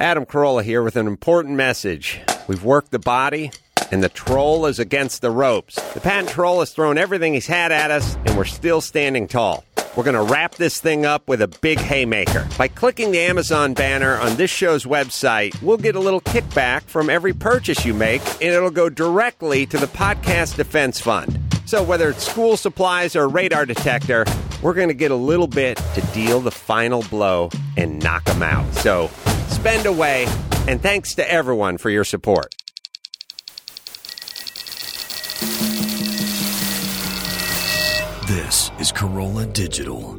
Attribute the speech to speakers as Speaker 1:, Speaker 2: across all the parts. Speaker 1: Adam Carolla here with an important message. We've worked the body, and the troll is against the ropes. The patent troll has thrown everything he's had at us, and we're still standing tall. We're going to wrap this thing up with a big haymaker. By clicking the Amazon banner on this show's website, we'll get a little kickback from every purchase you make, and it'll go directly to the Podcast Defense Fund. So, whether it's school supplies or a radar detector, we're going to get a little bit to deal the final blow and knock them out. So, spend away, and thanks to everyone for your support.
Speaker 2: This is Corolla Digital.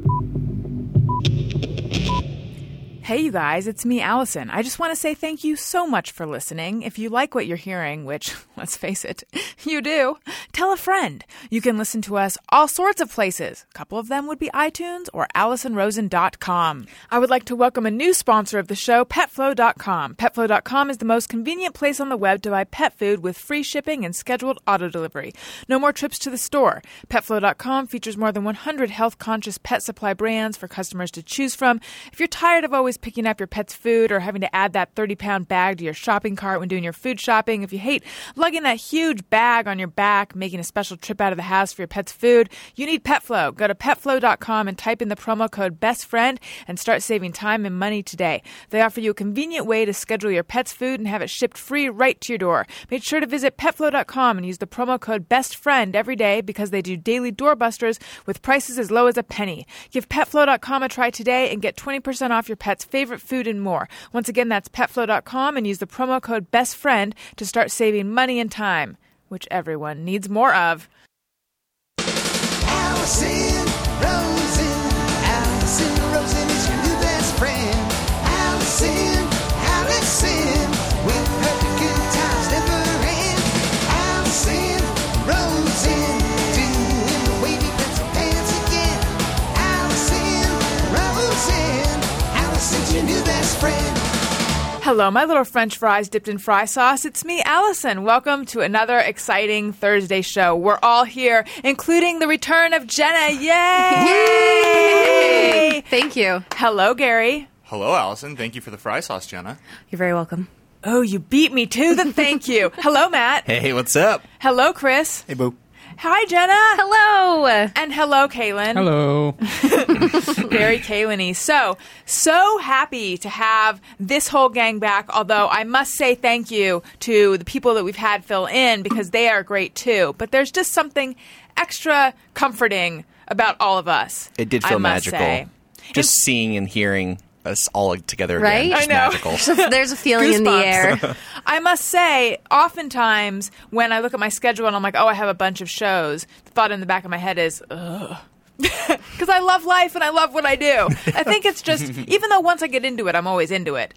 Speaker 3: Hey, you guys, it's me, Allison. I just want to say thank you so much for listening. If you like what you're hearing, which, let's face it, you do, tell a friend. You can listen to us all sorts of places. A couple of them would be iTunes or AllisonRosen.com. I would like to welcome a new sponsor of the show, PetFlow.com. PetFlow.com is the most convenient place on the web to buy pet food with free shipping and scheduled auto delivery. No more trips to the store. PetFlow.com features more than 100 health conscious pet supply brands for customers to choose from. If you're tired of always picking up your pet's food or having to add that 30 pound bag to your shopping cart when doing your food shopping, if you hate lugging that huge bag on your back, making a special trip out of the house for your pet's food, you need PetFlow. Go to petflow.com and type in the promo code BESTFRIEND and start saving time and money today. They offer you a convenient way to schedule your pet's food and have it shipped free right to your door. Make sure to visit petflow.com and use the promo code BESTFRIEND every day because they do daily doorbusters with prices as low as a penny. Give petflow.com a try today and get 20% off your pet's favorite food and more. Once again, that's petflow.com and use the promo code BESTFRIEND to start saving money and time, which everyone needs more of.
Speaker 4: Allison Rosen. Allison Rosen is your new best friend. Allison, Allison, with her good times never end. Allison Rosen, doing the wavy pencil dance again. Allison Rosen, Allison's your new best friend.
Speaker 3: Hello, my little French fries dipped in fry sauce. It's me, Allison. Welcome to another exciting Thursday show. We're all here, including the return of Jenna. Yay!
Speaker 5: Thank you.
Speaker 3: Hello, Gary.
Speaker 6: Hello, Allison. Thank you for the fry sauce, Jenna.
Speaker 5: You're very welcome.
Speaker 3: Oh, you beat me to the thank you. Hello, Matt.
Speaker 6: Hey, what's up?
Speaker 3: Hello, Chris.
Speaker 6: Hey, boo.
Speaker 3: Hi, Jenna.
Speaker 5: Hello.
Speaker 3: And hello, Kaylin.
Speaker 7: Hello.
Speaker 3: Very Kaleny. So, so happy to have this whole gang back. Although I must say thank you to the people that we've had fill in because they are great too. But there's just something extra comforting about all of us.
Speaker 8: It did
Speaker 3: I
Speaker 8: feel
Speaker 3: must
Speaker 8: magical.
Speaker 3: say.
Speaker 8: Just seeing and hearing us all together
Speaker 5: Right?
Speaker 8: again. Just
Speaker 3: I know.
Speaker 8: magical.
Speaker 5: There's a feeling in the
Speaker 3: Goosebumps.
Speaker 5: air.
Speaker 3: I must say, oftentimes when I look at my schedule and I'm like, oh, I have a bunch of shows, the thought in the back of my head is, ugh. Because I love life and I love what I do. I think it's just, even though once I get into it, I'm always into it.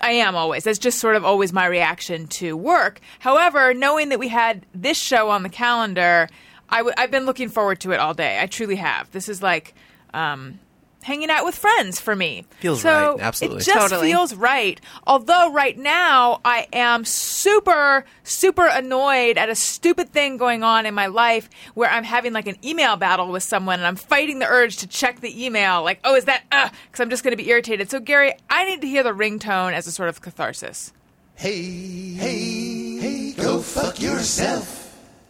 Speaker 3: I am always. That's just sort of always my reaction to work. However, knowing that we had this show on the calendar, i w- I've been looking forward to it all day. I truly have. This is like um, hanging out with friends for me.
Speaker 8: Feels
Speaker 3: so
Speaker 8: right. Absolutely.
Speaker 3: It just
Speaker 5: Totally.
Speaker 3: feels feels right. Although right now I am super, super annoyed at a stupid thing going on in my life where I'm having like an email battle with someone and I'm fighting the urge to check the email. Like, oh, is that? Because I'm just going to be irritated. So Gary, I need to hear the ringtone as a sort of catharsis.
Speaker 4: Hey, hey, hey, go fuck yourself.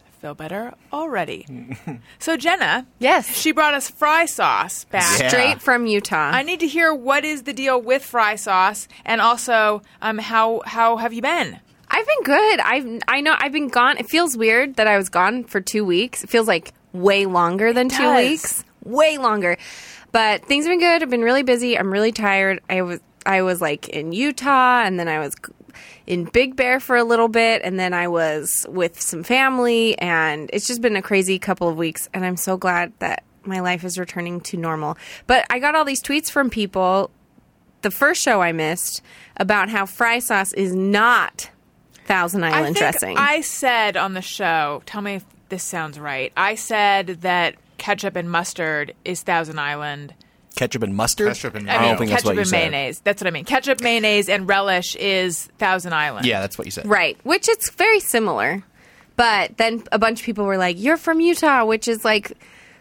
Speaker 3: I feel better already. so Jenna,
Speaker 5: Yes.
Speaker 3: she brought us fry sauce back.
Speaker 8: Yeah.
Speaker 5: Straight from Utah.
Speaker 3: I need to hear what is the deal with fry sauce, and also, um, how how have you been?
Speaker 5: I've been good. I've I know I've been gone. It feels weird that I was gone for two weeks. It feels like way longer than two
Speaker 3: does.
Speaker 5: weeks. Way longer. But things have been good. I've been really busy. I'm really tired. I was I was like in Utah and then I was in Big Bear for a little bit and then I was with some family and it's just been a crazy couple of weeks and I'm so glad that my life is returning to normal. But I got all these tweets from people the first show I missed about how fry sauce is not Thousand Island
Speaker 3: I think
Speaker 5: dressing.
Speaker 3: I said on the show, tell me if this sounds right. I said that ketchup and mustard is Thousand Island.
Speaker 8: Ketchup and mustard.
Speaker 6: Ketchup and
Speaker 3: I
Speaker 8: don't
Speaker 3: mean,
Speaker 8: think that's
Speaker 3: ketchup
Speaker 8: what you
Speaker 3: and
Speaker 8: said.
Speaker 3: mayonnaise. That's what I mean. Ketchup, mayonnaise, and relish is Thousand Island.
Speaker 8: Yeah, that's what you said.
Speaker 5: right, which it's very similar. But then a bunch of people were like, "You're from Utah," which is like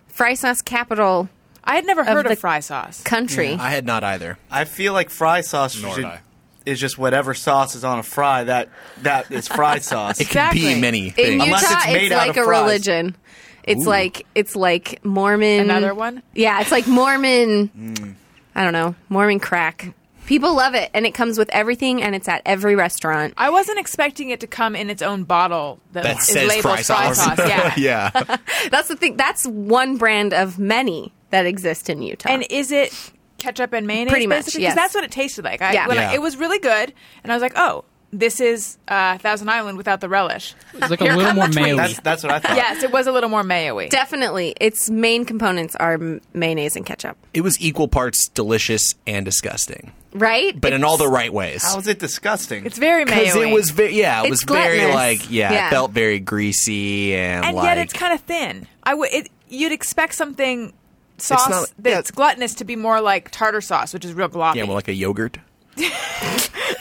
Speaker 5: fry sauce capital
Speaker 3: I had never heard of,
Speaker 5: the-
Speaker 3: fry sauce.
Speaker 5: country.
Speaker 8: I had not either.
Speaker 9: I feel like fry sauce
Speaker 6: Nor
Speaker 9: should
Speaker 6: did I.
Speaker 7: is just whatever sauce is on a fry that that is fry sauce.
Speaker 8: It can
Speaker 3: Exactly.
Speaker 8: be many
Speaker 5: In
Speaker 8: things.
Speaker 5: Utah,
Speaker 7: Unless it's
Speaker 5: it's,
Speaker 7: made out
Speaker 5: like
Speaker 7: of
Speaker 5: a
Speaker 7: fries.
Speaker 5: religion. It's like it's like Mormon.
Speaker 3: Another one?
Speaker 5: Yeah, it's like Mormon.
Speaker 7: Mm.
Speaker 5: I don't know Mormon crack. People love it, and it comes with everything, and it's at every restaurant.
Speaker 3: I wasn't expecting it to come in its own bottle that,
Speaker 8: That
Speaker 3: is
Speaker 8: says
Speaker 3: labeled
Speaker 8: fry sauce.
Speaker 3: Yeah.
Speaker 8: yeah.
Speaker 5: That's the thing. That's one brand of many that exist in Utah.
Speaker 3: And is it ketchup and mayonnaise?
Speaker 5: Pretty much,
Speaker 3: basically?
Speaker 5: yes.
Speaker 3: that's what it tasted like. I,
Speaker 5: Yeah.
Speaker 3: when I,
Speaker 8: Yeah.
Speaker 3: it was really good, and I was like, oh, this is uh, Thousand Island without the relish.
Speaker 9: It's like a little more mayo.
Speaker 7: That's that's what I thought.
Speaker 3: Yes, it was a little more mayo-y.
Speaker 5: Definitely, its main components are m- mayonnaise and ketchup,
Speaker 8: It was equal parts delicious and disgusting,
Speaker 5: right?
Speaker 8: but in
Speaker 5: It's-
Speaker 8: all the right ways.
Speaker 7: How is it disgusting?
Speaker 3: it's very
Speaker 8: Because
Speaker 3: mayo-y.
Speaker 8: it was, ve- yeah, it
Speaker 5: It's
Speaker 8: was very
Speaker 5: glutinous.
Speaker 8: like, yeah,
Speaker 5: Yeah.
Speaker 8: it felt very greasy and,
Speaker 3: and
Speaker 8: like,
Speaker 3: yet it's kind of thin. I would it, you'd expect something sauce
Speaker 8: not-
Speaker 3: that's gluttonous to be more like tartar sauce, which is real gloppy.
Speaker 8: yeah, well, like a yogurt.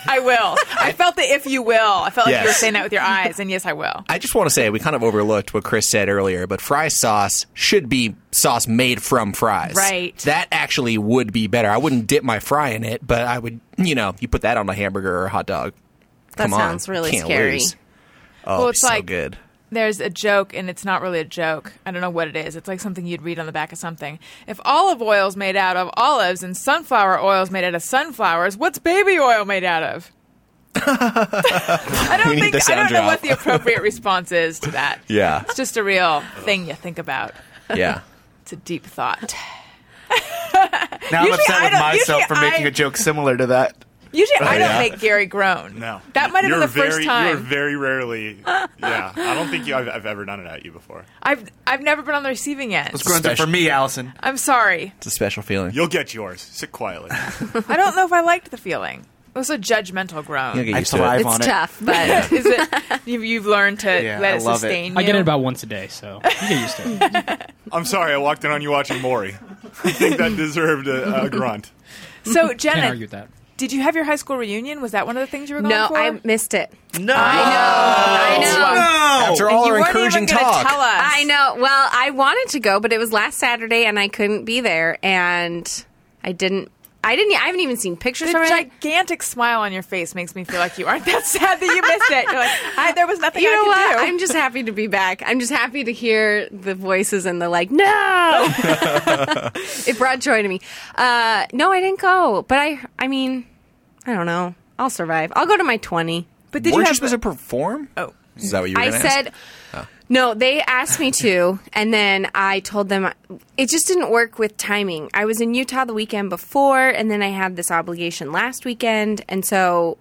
Speaker 3: I will. I felt the if you will. I felt like you were
Speaker 8: Yes.
Speaker 3: saying that with your eyes, and yes, I will.
Speaker 8: I just want to say we kind of overlooked what Chris said earlier, but fry sauce should be sauce made from fries.
Speaker 3: Right.
Speaker 8: That actually would be better. I wouldn't dip my fry in it, but I would, you know, you put that on a hamburger or a hot dog.
Speaker 5: That
Speaker 8: Come on,
Speaker 5: sounds really
Speaker 8: can't
Speaker 5: scary.
Speaker 8: lose. Oh,
Speaker 3: Well,
Speaker 8: it'd be
Speaker 3: it's
Speaker 8: so
Speaker 3: like-
Speaker 8: good.
Speaker 3: There's a joke, and it's not really a joke. I don't know what it is. It's like something you'd read on the back of something. If olive oil's made out of olives and sunflower oil's made out of sunflowers, what's baby oil made out of? I don't
Speaker 8: We need
Speaker 3: think
Speaker 8: the
Speaker 3: I don't
Speaker 8: sound
Speaker 3: know what
Speaker 8: drop.
Speaker 3: the appropriate response is to that.
Speaker 8: Yeah.
Speaker 3: It's just a real thing you think about.
Speaker 8: Yeah.
Speaker 3: It's a deep thought.
Speaker 7: now I'm
Speaker 3: usually
Speaker 7: upset
Speaker 3: I
Speaker 7: with
Speaker 3: don't-
Speaker 7: myself for
Speaker 3: usually
Speaker 7: making
Speaker 3: I-
Speaker 7: a joke similar to that.
Speaker 3: Usually, I don't
Speaker 8: yeah?
Speaker 3: make Gary groan.
Speaker 6: No,
Speaker 3: that might have been
Speaker 6: You're
Speaker 3: the first
Speaker 6: very- You're
Speaker 3: time.
Speaker 6: very rarely. Yeah, I don't think you, I've, I've ever done it at you before.
Speaker 3: I've I've never been on the receiving end.
Speaker 7: It's growing up for me, Allison.
Speaker 3: I'm sorry.
Speaker 8: It's a special feeling.
Speaker 6: You'll get yours. Sit quietly.
Speaker 3: I don't know if I liked the feeling. It was a judgmental groan.
Speaker 8: You'll get
Speaker 7: I
Speaker 8: used to it.
Speaker 7: thrive
Speaker 5: It's
Speaker 7: on it.
Speaker 5: tough, but
Speaker 3: Is it? You've, you've learned to
Speaker 7: Yeah,
Speaker 3: let
Speaker 7: I
Speaker 3: it
Speaker 7: love it.
Speaker 3: sustain.
Speaker 9: I
Speaker 3: you?
Speaker 9: get it about once a day, so you get used to it.
Speaker 6: I'm sorry, I walked in on you watching Maury. I think that deserved a, a grunt.
Speaker 3: So
Speaker 9: Can't
Speaker 3: Jenna,
Speaker 9: argue with that.
Speaker 3: did you have your high school reunion? Was that one of the things you were going
Speaker 5: no,
Speaker 3: for?
Speaker 5: I missed it.
Speaker 7: No,
Speaker 5: I know.
Speaker 8: After all
Speaker 3: you
Speaker 8: our
Speaker 3: weren't
Speaker 8: encouraging
Speaker 3: even gonna
Speaker 8: talk,
Speaker 3: Tell us.
Speaker 5: I know. Well, I wanted to go, but it was last Saturday and I couldn't be there and I didn't I didn't I haven't even seen pictures
Speaker 3: The
Speaker 5: from it.
Speaker 3: gigantic smile on your face makes me feel like you aren't that sad that you missed it. You're like, I, there was nothing
Speaker 5: You
Speaker 3: I
Speaker 5: know
Speaker 3: could
Speaker 5: what?
Speaker 3: do.
Speaker 5: I'm just happy to be back. I'm just happy to hear the voices and the like, no. it brought joy to me. Uh, no, I didn't go, but I I mean, I don't know. I'll survive. I'll go to my 20.
Speaker 3: but did
Speaker 8: weren't
Speaker 3: you
Speaker 8: you,
Speaker 3: have?
Speaker 8: supposed to perform?
Speaker 3: oh,
Speaker 8: Is that what you were
Speaker 5: I
Speaker 8: gonna ask? Oh.
Speaker 5: said, no, they asked me to, and then I told them it just didn't work with timing. I was in Utah the weekend before, and then I had this obligation last weekend, and so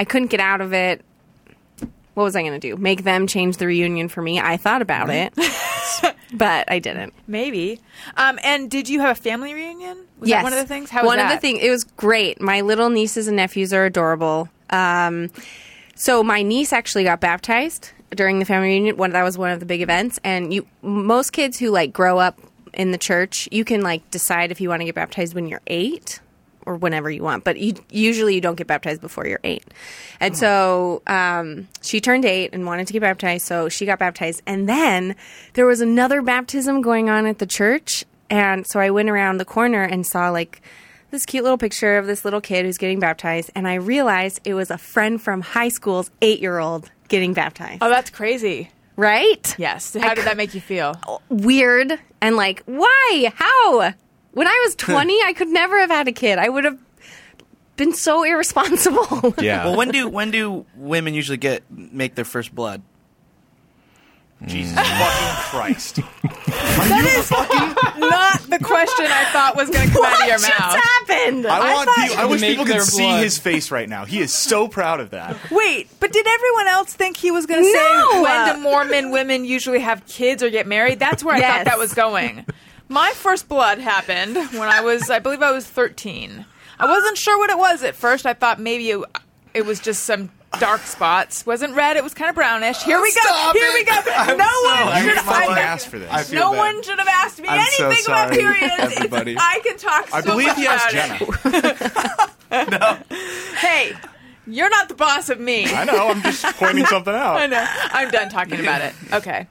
Speaker 5: I couldn't get out of it. What was I going to do? Make them change the reunion for me? I thought about it, but I didn't.
Speaker 3: maybe. Um, and did you have a family reunion? Was that one of the things? How was
Speaker 5: one of
Speaker 3: that?
Speaker 5: the things. It was great. My little nieces and nephews are adorable. Um, so my niece actually got baptized during the family reunion. One that was one of the big events, and you most kids who like grow up in the church, you can like decide if you want to get baptized when you're eight or whenever you want, but you, usually you don't get baptized before you're eight. And so um, she turned eight and wanted to get baptized, so she got baptized. And then there was another baptism going on at the church. And so I went around the corner and saw like this cute little picture of this little kid who's getting baptized. And I realized it was a friend from high school's eight year old getting baptized.
Speaker 3: Oh,
Speaker 6: Uh,
Speaker 3: that's crazy.
Speaker 5: Right?
Speaker 3: Yes. How did that make you feel?
Speaker 5: weird and like, why? How? When I was 20, I could never have had a kid. I would have been so irresponsible.
Speaker 8: Yeah.
Speaker 7: Well, when do when do women usually get make their first blood?
Speaker 6: Jesus fucking Christ.
Speaker 3: That is not the question I thought was going to come out of your
Speaker 5: just
Speaker 3: mouth.
Speaker 5: happened?
Speaker 6: I, want
Speaker 3: thought
Speaker 6: people, I
Speaker 9: you
Speaker 6: wish
Speaker 9: make
Speaker 6: people could
Speaker 9: their
Speaker 6: see
Speaker 9: blood.
Speaker 6: his face right now. He is so proud of that.
Speaker 3: Wait, but did everyone else think he was going to say
Speaker 5: No!
Speaker 3: when do Mormon women usually have kids or get married? That's where I thought
Speaker 5: Yes.
Speaker 3: that was going. My first blood happened when I was, I believe I was 13. I wasn't sure what it was at first. I thought maybe it, it was just some dark spots. Wasn't red, it was kind of brownish. Here we go.
Speaker 7: Stop
Speaker 3: Here
Speaker 7: it.
Speaker 3: we go. no one
Speaker 6: I
Speaker 3: should
Speaker 6: didn't
Speaker 3: I-
Speaker 6: fucking ask for this.
Speaker 7: feel
Speaker 3: No
Speaker 7: bad.
Speaker 3: one should have asked me
Speaker 7: I'm so
Speaker 3: anything about
Speaker 7: sorry,
Speaker 3: periods. It's-
Speaker 7: everybody.
Speaker 3: I can talk so
Speaker 6: I believe
Speaker 3: much
Speaker 6: he asked
Speaker 3: about it.
Speaker 6: Jenna.
Speaker 3: Hey, you're not the boss of me.
Speaker 6: I know. I'm just pointing something
Speaker 3: I
Speaker 6: out.
Speaker 3: know. I'm done talking about it. Okay.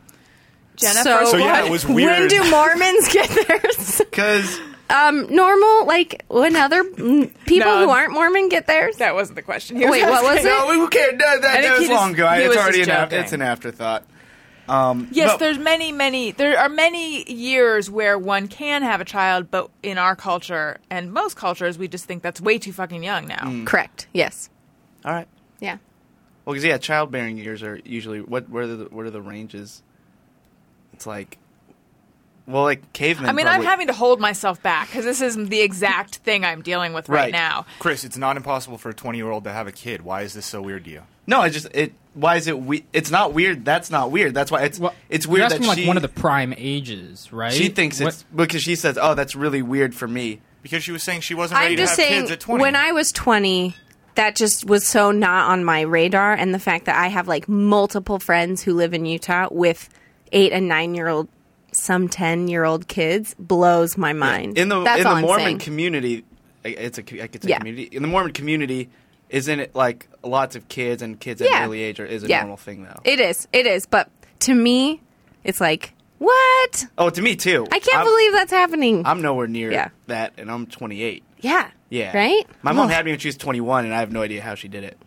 Speaker 3: Jenna,
Speaker 5: So-
Speaker 3: first
Speaker 6: So yeah,
Speaker 3: blood.
Speaker 6: it was
Speaker 5: When
Speaker 6: weird.
Speaker 5: do Mormons get theirs?
Speaker 7: Because
Speaker 5: Um, normal, like when other mm, people
Speaker 3: No.
Speaker 5: who
Speaker 6: um,
Speaker 5: aren't Mormon get theirs.
Speaker 3: That wasn't the question. He
Speaker 5: Wait, what was
Speaker 3: asking-
Speaker 5: it?
Speaker 7: No, who cares? No,
Speaker 3: think
Speaker 7: that, that
Speaker 3: he
Speaker 7: was
Speaker 3: just-
Speaker 7: long ago. I-
Speaker 3: he
Speaker 7: It's
Speaker 3: was
Speaker 7: already
Speaker 3: just
Speaker 7: an, after,
Speaker 3: joking.
Speaker 7: it's an afterthought.
Speaker 3: Yes,
Speaker 7: But-
Speaker 3: there's many, many. There are many years where one can have a child, but in our culture and most cultures, we just think that's way too fucking young now.
Speaker 7: Mm,
Speaker 5: Correct. Yes.
Speaker 7: All right.
Speaker 5: Yeah.
Speaker 7: Well, because yeah, childbearing years are usually what? Where are the what are the ranges? It's like, well, like cavemen.
Speaker 3: I mean, I'm
Speaker 7: probably-
Speaker 3: having to hold myself back because this is the exact thing I'm dealing with right,
Speaker 7: Right.
Speaker 3: now.
Speaker 6: Chris, it's not impossible for a 20 year old to have a kid. Why is this so weird to you?
Speaker 7: No, I just it. Why is it? We- it's not weird. That's not weird. That's why it's
Speaker 9: Well,
Speaker 7: it's weird
Speaker 9: You're
Speaker 7: that
Speaker 9: asking like
Speaker 7: she
Speaker 9: one of the prime ages, right?
Speaker 7: she thinks
Speaker 9: What-
Speaker 7: it's because she says, "Oh, that's really weird for me."
Speaker 6: Because she was saying she wasn't ready
Speaker 5: I'm
Speaker 6: to
Speaker 5: just
Speaker 6: have
Speaker 5: saying,
Speaker 6: kids at 20.
Speaker 5: when I was 20, that just was so not on my radar. And the fact that I have like multiple friends who live in Utah with eight and nine year old, some 10 year old kids blows my mind.
Speaker 7: in the
Speaker 5: That's
Speaker 7: in the
Speaker 5: all I'm
Speaker 7: Mormon
Speaker 5: saying.
Speaker 7: community, I- it's a, co- like, it's a
Speaker 5: Yeah.
Speaker 7: community. In the Mormon community, isn't it like lots of kids and kids at
Speaker 5: Yeah.
Speaker 7: an early age are, is a
Speaker 5: Yeah.
Speaker 7: normal thing though?
Speaker 5: It is. It is. But to me, it's like, what?
Speaker 7: oh, to me too.
Speaker 5: I can't
Speaker 7: I'm-
Speaker 5: believe that's happening.
Speaker 7: I'm nowhere near
Speaker 5: Yeah.
Speaker 7: that, and I'm 28.
Speaker 5: yeah.
Speaker 7: Yeah,
Speaker 5: Right?
Speaker 7: My mom
Speaker 5: Ugh. Hmm.
Speaker 7: had me when she was 21, and I have no idea how she did it.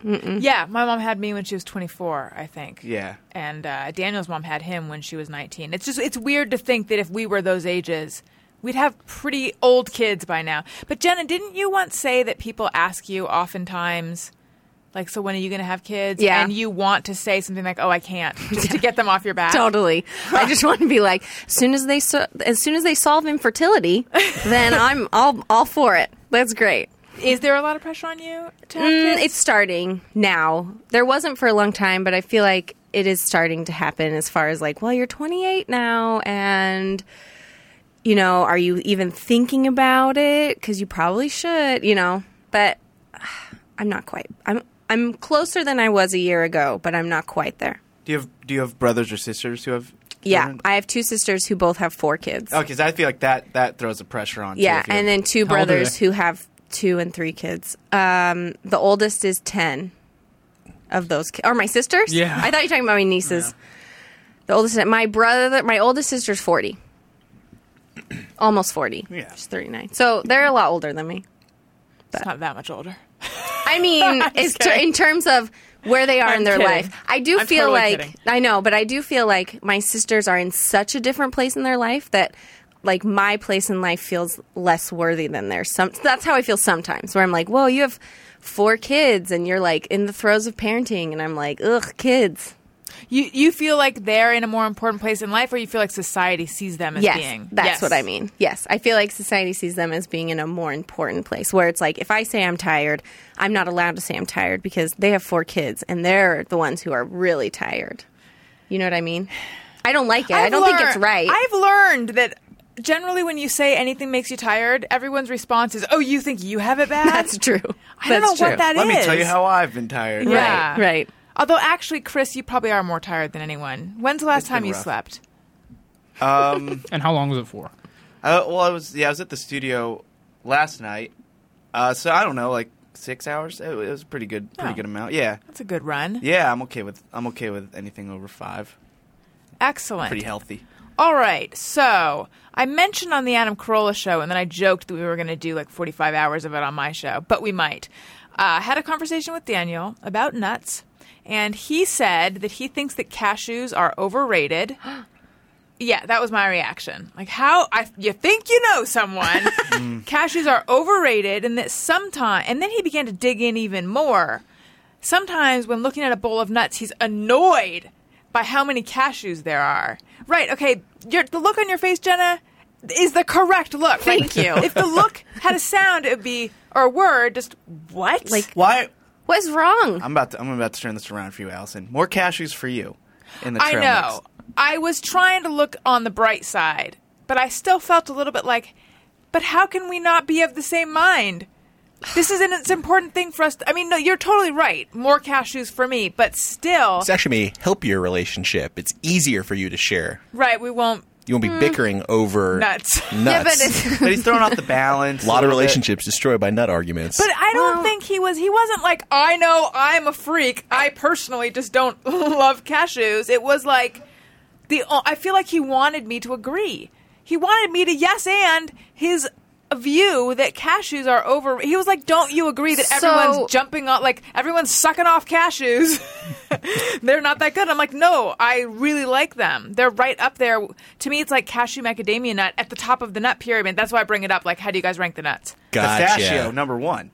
Speaker 3: Yeah, my mom had me when she was 24, I think.
Speaker 7: Yeah.
Speaker 3: And uh, Daniel's mom had him when she was 19. It's just, it's weird to think that if we were those ages, we'd have pretty old kids by now. But Jenna, didn't you once say that people ask you oftentimes, like, so when are you going to have kids?
Speaker 5: Yeah.
Speaker 3: And you want to say something like, oh, I can't, just to get them off your back.
Speaker 5: Totally. I just want to be like, as soon as they so- as soon as they solve infertility, then I'm all all for it. That's great.
Speaker 3: Is there a lot of pressure on you to have
Speaker 5: Mm,
Speaker 3: kids?
Speaker 5: it's starting now. There wasn't for a long time, but I feel like it is starting to happen. As far as like, well, you're 28 now, and you know, are you even thinking about it? Because you probably should, you know. But I'm not quite. I'm I'm closer than I was a year ago, but I'm not quite there.
Speaker 7: Do you have Do you have brothers or sisters who have?
Speaker 5: Yeah,
Speaker 7: children?
Speaker 5: I have two sisters who both have four kids.
Speaker 7: Oh, because I feel like that that throws the pressure on. too,
Speaker 5: Yeah,
Speaker 7: if you
Speaker 5: and
Speaker 7: have-
Speaker 5: then two
Speaker 9: How old are
Speaker 5: brothers
Speaker 9: they?
Speaker 5: who have two and three kids. Um, the oldest is ten of those, ki- or my sisters.
Speaker 9: Yeah.
Speaker 5: I thought you were talking about my nieces. The oldest, my brother, my oldest sister's forty, almost forty.
Speaker 6: Yeah.
Speaker 5: she's thirty nine. So they're a lot older than me.
Speaker 3: It's not that much older.
Speaker 5: I mean, it's ter- in terms of where they are
Speaker 3: I'm
Speaker 5: in their
Speaker 3: kidding.
Speaker 5: life. I do
Speaker 3: I'm
Speaker 5: feel
Speaker 3: totally
Speaker 5: like
Speaker 3: kidding.
Speaker 5: I know, but I do feel like my sisters are in such a different place in their life that like my place in life feels less worthy than theirs. Some that's how I feel sometimes where I'm like, "Whoa, you have four kids and you're like in the throes of parenting." And I'm like, "Ugh, kids."
Speaker 3: You you feel like they're in a more important place in life, or you feel like society sees them as
Speaker 5: yes,
Speaker 3: being.
Speaker 5: That's
Speaker 3: Yes.
Speaker 5: what I mean. Yes. I feel like society sees them as being in a more important place where it's like if I say I'm tired, I'm not allowed to say I'm tired because they have four kids and they're the ones who are really tired. You know what I mean? I don't like it. I
Speaker 3: I've
Speaker 5: don't think it's
Speaker 3: learned-
Speaker 5: right.
Speaker 3: I've learned that generally when you say anything makes you tired, everyone's response is, "Oh, you think you have it bad?"
Speaker 5: That's true.
Speaker 3: I don't
Speaker 5: That's
Speaker 3: know
Speaker 5: true.
Speaker 3: what that is.
Speaker 7: let me tell you how I've been tired.
Speaker 3: Yeah.
Speaker 5: Right, right.
Speaker 3: Although actually, Chris, you probably are more tired than anyone. When's the last time
Speaker 7: been
Speaker 3: you
Speaker 7: rough.
Speaker 3: slept?
Speaker 9: and how long was it for?
Speaker 7: Uh, well, I was yeah, I was at the studio last night. Uh, so I don't know, like six hours. It, was a pretty good, pretty
Speaker 3: Oh.
Speaker 7: good amount. Yeah,
Speaker 3: That's a good run.
Speaker 7: yeah. I'm okay with I'm okay with anything over five.
Speaker 3: Excellent.
Speaker 7: Pretty healthy.
Speaker 3: All right. So I mentioned on the Adam Carolla show, and then I joked that we were going to do like 45 hours of it on my show, but we might. Uh, had a conversation with Daniel about nuts, and he said that he thinks that cashews are overrated. Yeah, that was my reaction. Like, how I, you think you know someone?
Speaker 7: Mm.
Speaker 3: cashews are overrated, and that sometimes. And then he began to dig in even more. Sometimes, when looking at a bowl of nuts, he's annoyed by how many cashews there are. Right? Okay, your, the look on your face, Jenna, is the correct look. Thank
Speaker 5: you.
Speaker 3: If the look had a sound, it would be or a word. Just what?
Speaker 5: Like-
Speaker 7: Why?
Speaker 5: What's wrong?
Speaker 7: I'm about to I'm about to turn this around for you, Allison. More cashews for you. In the
Speaker 3: I
Speaker 7: trail mix.
Speaker 3: know. I was trying to look on the bright side, but I still felt a little bit like, but how can we not be of the same mind? This is an it's an important thing for us. To, I mean, no, you're totally right. More cashews for me, but still,
Speaker 8: It's actually may help your relationship. It's easier for you to share.
Speaker 3: right? We won't
Speaker 8: You won't be bickering over
Speaker 3: Hmm. nuts.
Speaker 5: Yeah, but
Speaker 8: nuts.
Speaker 5: it's,
Speaker 7: But he's throwing off the balance.
Speaker 8: a lot of
Speaker 7: little bit.
Speaker 8: relationships destroyed by nut arguments.
Speaker 3: But I don't
Speaker 5: Well-
Speaker 3: think he was. He wasn't like, I know I'm a freak. I personally just don't love cashews. It was like uh, the. I feel like he wanted me to agree. He wanted me to yes and his view that cashews are over. He was like, "Don't you agree that
Speaker 5: So-
Speaker 3: everyone's jumping on? Like everyone's sucking off cashews. They're not that good." I'm like, "No, I really like them. They're right up there. To me, it's like cashew macadamia nut at the top of the nut pyramid. That's why I bring it up. Like, how do you guys rank the nuts?
Speaker 7: Pistachio, number one.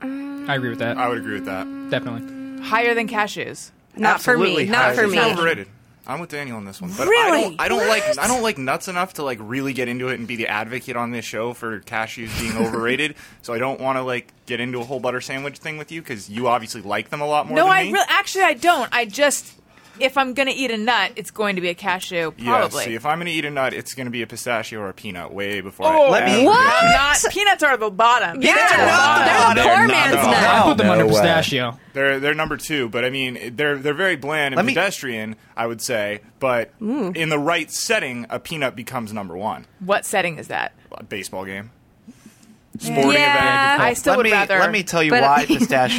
Speaker 9: I agree with that.
Speaker 6: I would agree with that. Not
Speaker 9: Definitely.
Speaker 3: Higher
Speaker 5: Mm.
Speaker 3: than cashews?
Speaker 5: Not for me. Not for me.
Speaker 6: overrated. I'm with Daniel on this one, but I
Speaker 3: Really?
Speaker 6: don't. I don't like. I don't like nuts enough to like really get into it and be the advocate on this show for cashews being overrated. So I don't want to like get into a whole butter sandwich thing with you because you obviously like them a lot more.
Speaker 3: no,
Speaker 6: than
Speaker 3: I
Speaker 6: me.
Speaker 3: really actually I don't. I just if I'm gonna eat a nut, it's going to be a cashew,
Speaker 6: Yeah,
Speaker 3: probably.
Speaker 6: see, if I'm going to eat a nut, it's going to be a pistachio or a peanut way before I
Speaker 3: Oh,
Speaker 6: ever-
Speaker 7: me-
Speaker 5: What?
Speaker 3: Not peanuts are the bottom.
Speaker 5: Yeah,
Speaker 3: Peanuts are the bottom.
Speaker 5: they're the
Speaker 8: They're
Speaker 5: poor
Speaker 8: not
Speaker 5: man's
Speaker 8: the
Speaker 5: nut.
Speaker 9: I put them
Speaker 8: no
Speaker 9: under
Speaker 8: way.
Speaker 9: pistachio.
Speaker 6: They're they're number two, but I mean they're they're very bland and
Speaker 7: Let me-
Speaker 6: pedestrian, I would say. But in the right setting, a peanut becomes number one.
Speaker 3: What setting is that?
Speaker 6: A baseball game, sporting
Speaker 5: Yeah.
Speaker 6: event.
Speaker 3: I still
Speaker 7: let
Speaker 3: would
Speaker 7: me,
Speaker 3: rather.
Speaker 7: Let me tell you
Speaker 5: But-
Speaker 7: why pistachios.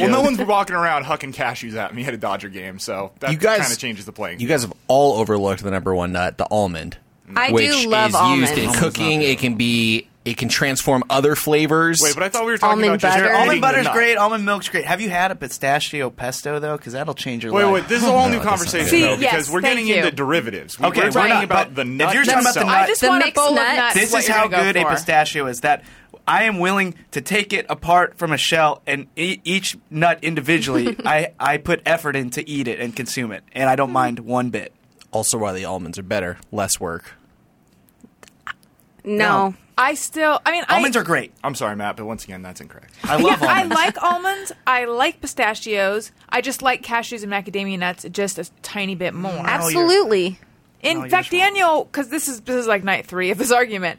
Speaker 6: Well, no one's walking around hucking cashews at me at a Dodger game, so that
Speaker 8: You guys-
Speaker 6: kind of changes the playing.
Speaker 8: You guys have all overlooked the number one nut, the almond.
Speaker 5: I do
Speaker 8: which
Speaker 5: love
Speaker 8: is used in
Speaker 5: almonds.
Speaker 8: cooking. It can be. It can transform other flavors.
Speaker 6: Wait, but I thought we were talking
Speaker 5: Almond
Speaker 6: about
Speaker 5: butter.
Speaker 6: just
Speaker 7: almond
Speaker 6: eating the
Speaker 7: butter's
Speaker 6: nut.
Speaker 7: great. Almond milk's great. Have you had a pistachio pesto though? Because that'll change your
Speaker 6: Wait,
Speaker 7: life.
Speaker 6: wait, this is a whole new
Speaker 8: that's not
Speaker 6: conversation
Speaker 3: See,
Speaker 6: though, because
Speaker 3: yes,
Speaker 6: we're
Speaker 3: thank
Speaker 6: getting
Speaker 3: you.
Speaker 6: into derivatives. We-
Speaker 7: Okay,
Speaker 6: we're
Speaker 7: we're
Speaker 6: talking
Speaker 7: not,
Speaker 6: about
Speaker 7: but
Speaker 6: the
Speaker 7: if
Speaker 6: nut.
Speaker 7: you're talking about the
Speaker 6: itself.
Speaker 7: nut-
Speaker 3: I just
Speaker 5: The
Speaker 3: want a
Speaker 5: mixed
Speaker 3: bowl
Speaker 5: nuts.
Speaker 3: of nuts.
Speaker 7: this
Speaker 3: what
Speaker 7: is
Speaker 3: you're
Speaker 7: how
Speaker 3: gonna go
Speaker 7: good a
Speaker 3: for.
Speaker 7: pistachio is that I am willing to take it apart from a shell and e- each nut individually. I, I put effort in to eat it and consume it, and I don't mind one bit.
Speaker 8: also, why the almonds are better, less work.
Speaker 5: No.
Speaker 3: I still. I mean,
Speaker 7: Almonds
Speaker 3: I,
Speaker 7: are great.
Speaker 6: I'm sorry, Matt, but once again, that's incorrect.
Speaker 7: I love
Speaker 3: Yeah, I
Speaker 7: almonds.
Speaker 3: like almonds. I like pistachios. I just like cashews and macadamia nuts just a tiny bit more.
Speaker 5: Absolutely.
Speaker 3: In
Speaker 7: you're
Speaker 3: fact,
Speaker 7: just wrong.
Speaker 3: Daniel, because this is this is like night three of this argument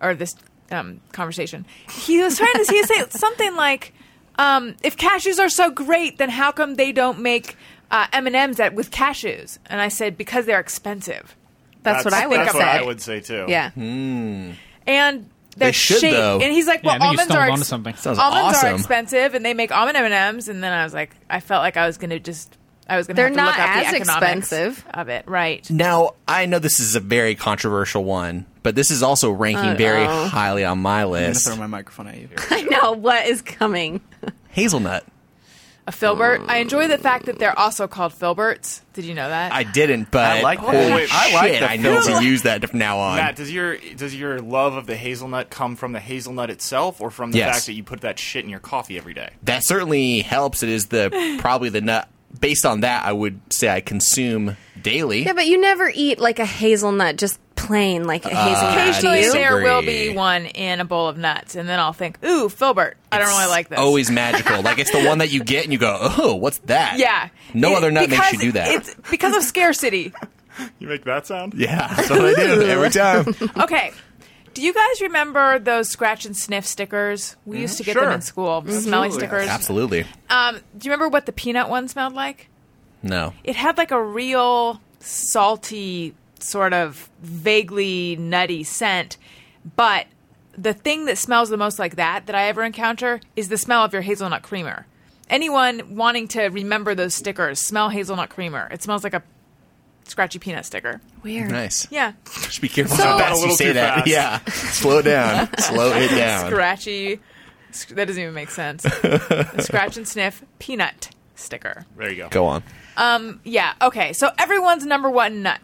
Speaker 3: or this um, conversation, he was trying to he was saying something like, um, "If cashews are so great, then how come they don't make uh, M and M's that with cashews?" And I said, "Because they're expensive,
Speaker 5: That's, what I would
Speaker 6: that's
Speaker 5: say.
Speaker 6: what I would say too.
Speaker 5: Yeah.
Speaker 3: and they're
Speaker 8: They should,
Speaker 3: shaped."
Speaker 8: though.
Speaker 3: And he's like,
Speaker 9: Yeah,
Speaker 3: "Well,
Speaker 9: I think you
Speaker 3: almonds are
Speaker 9: stumbled
Speaker 3: ex-
Speaker 9: onto something.
Speaker 8: Sounds
Speaker 3: almonds
Speaker 8: awesome.
Speaker 3: are expensive, and they make almond M and M's." And then I was like, I felt like I was going to just. I was going to
Speaker 5: They're
Speaker 3: have to look
Speaker 5: not
Speaker 3: up the
Speaker 5: as
Speaker 3: economics
Speaker 5: expensive.
Speaker 3: of it, right?
Speaker 8: Now, I know this is a very controversial one, but this is also ranking very highly on my
Speaker 7: I'm gonna
Speaker 8: list.
Speaker 7: throw my microphone at you.
Speaker 5: I know what is coming.
Speaker 8: Hazelnut.
Speaker 3: A filbert. I enjoy the fact that they're also called filberts. Did you know that?
Speaker 8: I didn't, but
Speaker 7: I like that.
Speaker 8: holy
Speaker 6: Wait,
Speaker 8: shit,
Speaker 6: I like
Speaker 8: I,
Speaker 6: the
Speaker 8: know to
Speaker 6: filbert.
Speaker 8: use that from now on.
Speaker 6: Matt, does your does your love of the hazelnut come from the hazelnut itself, or from the
Speaker 8: Yes.
Speaker 6: fact that you put that shit in your coffee every day?
Speaker 8: that certainly helps. It is the probably the nut. Based on that, I would say I consume daily.
Speaker 5: Yeah, but you never eat like a hazelnut, just plain like a
Speaker 8: Uh,
Speaker 5: hazelnut.
Speaker 3: Occasionally,
Speaker 5: do you?
Speaker 3: there will be
Speaker 8: Disagree.
Speaker 3: one in a bowl of nuts, and then I'll think, "Ooh, filbert. I don't really like this."
Speaker 8: Always magical. like it's the one that you get and you go, oh, what's that?
Speaker 3: yeah.
Speaker 8: No
Speaker 3: It-
Speaker 8: other nut makes
Speaker 3: because
Speaker 8: you do that.
Speaker 3: It's because of scarcity.
Speaker 6: You make that sound?
Speaker 8: yeah, that's what I do every time.
Speaker 3: Okay. Do you guys remember those scratch and sniff stickers? We used to get
Speaker 6: Sure.
Speaker 3: them in school. Smelly stickers.
Speaker 8: Absolutely.
Speaker 3: Um, do you remember what the peanut one smelled like?
Speaker 8: No.
Speaker 3: It had like a real salty, sort of vaguely nutty scent, but the thing that smells the most like that that I ever encounter is the smell of your hazelnut creamer. Anyone wanting to remember those stickers, smell hazelnut creamer. It smells like a scratchy peanut sticker.
Speaker 5: Weird.
Speaker 8: Nice.
Speaker 3: Yeah.
Speaker 8: Just be careful
Speaker 5: So-
Speaker 8: how
Speaker 5: Not
Speaker 6: a
Speaker 8: fast you
Speaker 6: little too
Speaker 8: say that.
Speaker 6: fast.
Speaker 8: Yeah. Slow down. Slow it down.
Speaker 3: Scratchy. sc- That doesn't even make sense. Scratch and sniff peanut sticker.
Speaker 6: There you go.
Speaker 8: Go on.
Speaker 3: Yeah. Okay. So everyone's number one nut.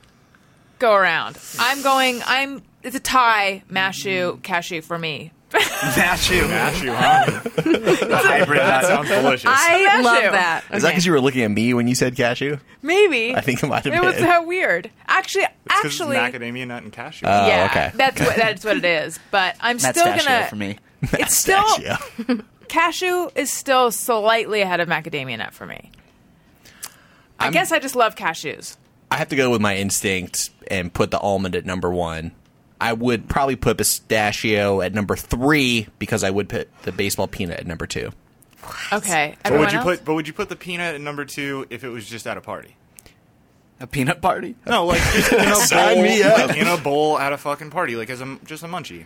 Speaker 3: Go around. I'm going. I'm. It's a tie. Mashu, cashew for me.
Speaker 7: Match you.
Speaker 6: Cashew, huh?
Speaker 7: Hybrid
Speaker 6: that
Speaker 7: nut.
Speaker 6: sounds delicious.
Speaker 3: Cashew.
Speaker 5: I love that.
Speaker 8: Is that because you were looking at me when you said cashew?
Speaker 3: Maybe.
Speaker 8: I think it might have
Speaker 3: It
Speaker 8: been.
Speaker 3: was that weird. Actually,
Speaker 6: It's 'cause
Speaker 3: actually,
Speaker 6: it's macadamia nut and cashew.
Speaker 3: yeah.
Speaker 8: Oh, okay.
Speaker 3: That's what that's what it is. But I'm
Speaker 7: That's
Speaker 3: still gonna.
Speaker 7: for me.
Speaker 3: It's still
Speaker 8: Yeah.
Speaker 3: cashew is still slightly ahead of macadamia nut for me. I
Speaker 8: I'm-
Speaker 3: guess I just love cashews.
Speaker 8: I have to go with my instinct and put the almond at number one. I would probably put pistachio at number three because I would put the baseball peanut at number two.
Speaker 3: Okay.
Speaker 6: but would
Speaker 3: everyone
Speaker 6: you
Speaker 3: else?
Speaker 6: put? But would you put the peanut at number two if it was just at a party?
Speaker 7: A peanut party.
Speaker 6: No, like just in a bowl,
Speaker 8: Sign me up.
Speaker 6: like in a bowl at a fucking party, like as a just a munchie.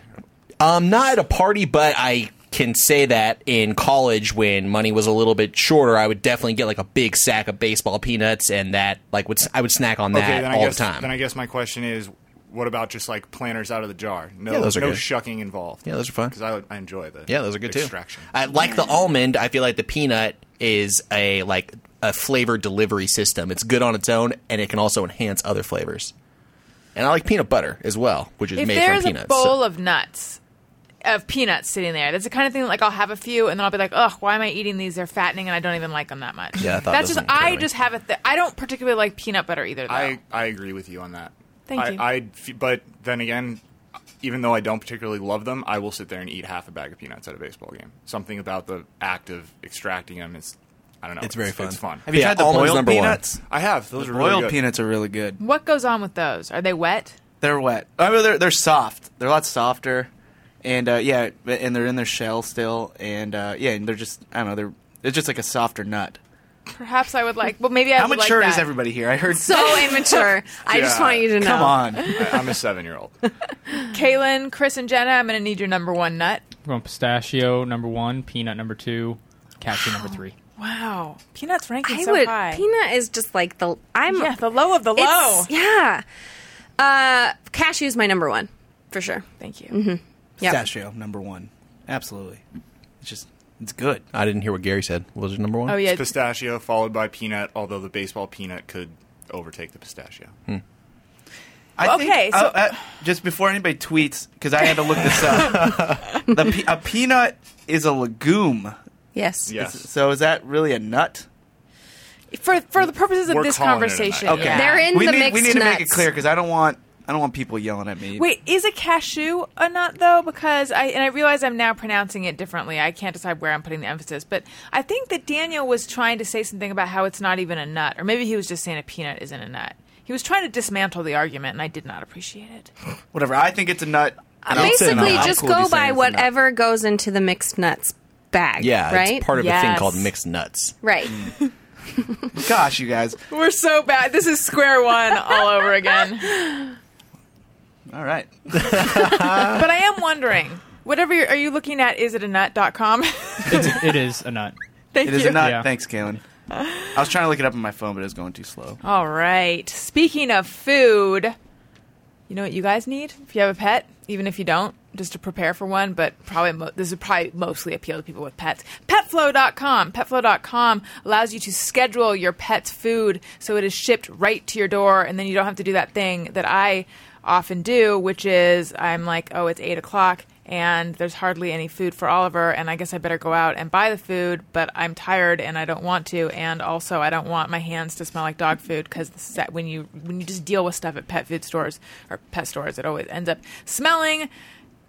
Speaker 8: Um, not at a party, but I can say that in college when money was a little bit shorter, I would definitely get like a big sack of baseball peanuts, and that like would I would snack on that
Speaker 6: Okay, then I
Speaker 8: all
Speaker 6: guess
Speaker 8: the time.
Speaker 6: then I guess my question is, What about just like planters out of the jar? No,
Speaker 8: Yeah, those are
Speaker 6: no
Speaker 8: good.
Speaker 6: shucking involved.
Speaker 8: Yeah, those are fun.
Speaker 6: Because I, I enjoy the
Speaker 8: Yeah, those are good
Speaker 6: extraction.
Speaker 8: too. I like the almond. I feel like the peanut is a like a flavor delivery system. It's good on its own, and it can also enhance other flavors. And I like peanut butter as well, which is
Speaker 3: if
Speaker 8: made
Speaker 3: there's
Speaker 8: from peanuts.
Speaker 3: a bowl of nuts of peanuts sitting there that's the kind of thing that, like i'll have a few and then i'll be like ugh why am i eating these they're fattening and i don't even like them that much
Speaker 8: Yeah, I thought
Speaker 3: that's
Speaker 8: this
Speaker 3: just
Speaker 8: was
Speaker 3: i
Speaker 8: incredible.
Speaker 3: just have a th- i don't particularly like peanut butter either though.
Speaker 6: I, I agree with you on that.
Speaker 3: Thank
Speaker 6: I,
Speaker 3: you.
Speaker 6: I'd f- but then again, even though I don't particularly love them, I will sit there and eat half a bag of peanuts at a baseball game. Something about the act of extracting them is, I don't know.
Speaker 8: It's very fun.
Speaker 6: It's fun.
Speaker 7: Have you
Speaker 8: Yeah,
Speaker 7: tried the
Speaker 8: almonds
Speaker 7: boiled
Speaker 8: number one.
Speaker 7: peanuts?
Speaker 6: I have those are really
Speaker 7: Boiled
Speaker 6: good.
Speaker 7: peanuts are really good.
Speaker 3: what goes on with those are they wet
Speaker 7: They're wet. I mean, they're they're soft. They're a lot softer, and uh, yeah, but- and they're in their shell still, and uh, yeah, and they're just I don't know. They're it's just like a softer nut.
Speaker 3: perhaps i would like well maybe i
Speaker 7: How
Speaker 3: would
Speaker 7: mature
Speaker 3: like
Speaker 7: is
Speaker 3: that.
Speaker 7: everybody here? I heard.
Speaker 5: So immature. I just
Speaker 6: Yeah.
Speaker 5: want you to know.
Speaker 7: Come on.
Speaker 6: I, I'm a seven year old.
Speaker 3: kaylin chris and jenna i'm gonna need your number one nut
Speaker 9: We're going pistachio number one, peanut number two, cashew number three.
Speaker 3: wow peanuts ranking
Speaker 5: I
Speaker 3: so
Speaker 5: would.
Speaker 3: high
Speaker 5: Peanut is just like the. I'm.
Speaker 3: yeah the low of the low
Speaker 5: it's- Yeah. Uh, cashew's my number one for sure.
Speaker 3: thank you
Speaker 5: Yep.
Speaker 7: Pistachio number one. Absolutely. It's just it's good.
Speaker 8: I didn't hear what Gary said. What was your number one?
Speaker 3: oh yeah
Speaker 6: Pistachio followed by peanut, although the baseball peanut could overtake the pistachio.
Speaker 7: I think-
Speaker 3: Okay, so-
Speaker 7: uh, uh, just before anybody tweets, because I had to look this up. the pe- a peanut is a legume.
Speaker 5: Yes.
Speaker 6: Yes.
Speaker 7: So is that really a nut?
Speaker 3: for for the purposes of
Speaker 6: We're
Speaker 3: this
Speaker 6: calling it a night.
Speaker 3: conversation
Speaker 6: Okay.
Speaker 3: yeah.
Speaker 5: They're in
Speaker 7: we
Speaker 5: the
Speaker 7: need,
Speaker 5: mixed
Speaker 7: we need to make it
Speaker 5: nuts.
Speaker 7: clear because I don't want I don't want people yelling at me.
Speaker 3: Wait, is a cashew a nut though? Because I and I realize I'm now pronouncing it differently. I can't decide where I'm putting the emphasis, but I think that Daniel was trying to say something about how it's not even a nut, or maybe he was just saying a peanut isn't a nut. He was trying to dismantle the argument, and I did not appreciate it.
Speaker 7: Whatever. I think it's a nut.
Speaker 8: I'll say
Speaker 5: Basically,
Speaker 8: no. I'm
Speaker 5: just
Speaker 7: cool with
Speaker 5: go
Speaker 7: you saying
Speaker 5: by
Speaker 7: it's a nut.
Speaker 5: whatever goes into the mixed nuts bag.
Speaker 8: Yeah,
Speaker 5: Right.
Speaker 8: it's part of a thing
Speaker 3: Yes.
Speaker 8: called mixed nuts.
Speaker 5: right.
Speaker 7: Gosh, you guys.
Speaker 3: We're so bad. This is square one all over again.
Speaker 7: All right.
Speaker 3: But I am wondering, whatever you're, are you looking at? Is it a nut.com?
Speaker 9: It's, it is a nut.
Speaker 3: Thank
Speaker 7: It is
Speaker 3: you.
Speaker 7: a nut.
Speaker 9: Yeah.
Speaker 7: Thanks, Kalen. I was trying to look it up on my phone, but it was going too slow.
Speaker 3: All right. Speaking of food, you know what you guys need if you have a pet, even if you don't, just to prepare for one. But probably mo- this would probably mostly appeal to people with pets. Petflow.com. Petflow.com allows you to schedule your pet's food so it is shipped right to your door, and then you don't have to do that thing that I often do, which is I'm like, oh, it's eight o'clock. And there's hardly any food for Oliver, and I guess I better go out and buy the food, but I'm tired and I don't want to, and also I don't want my hands to smell like dog food because when you when you just deal with stuff at pet food stores or pet stores, it always ends up smelling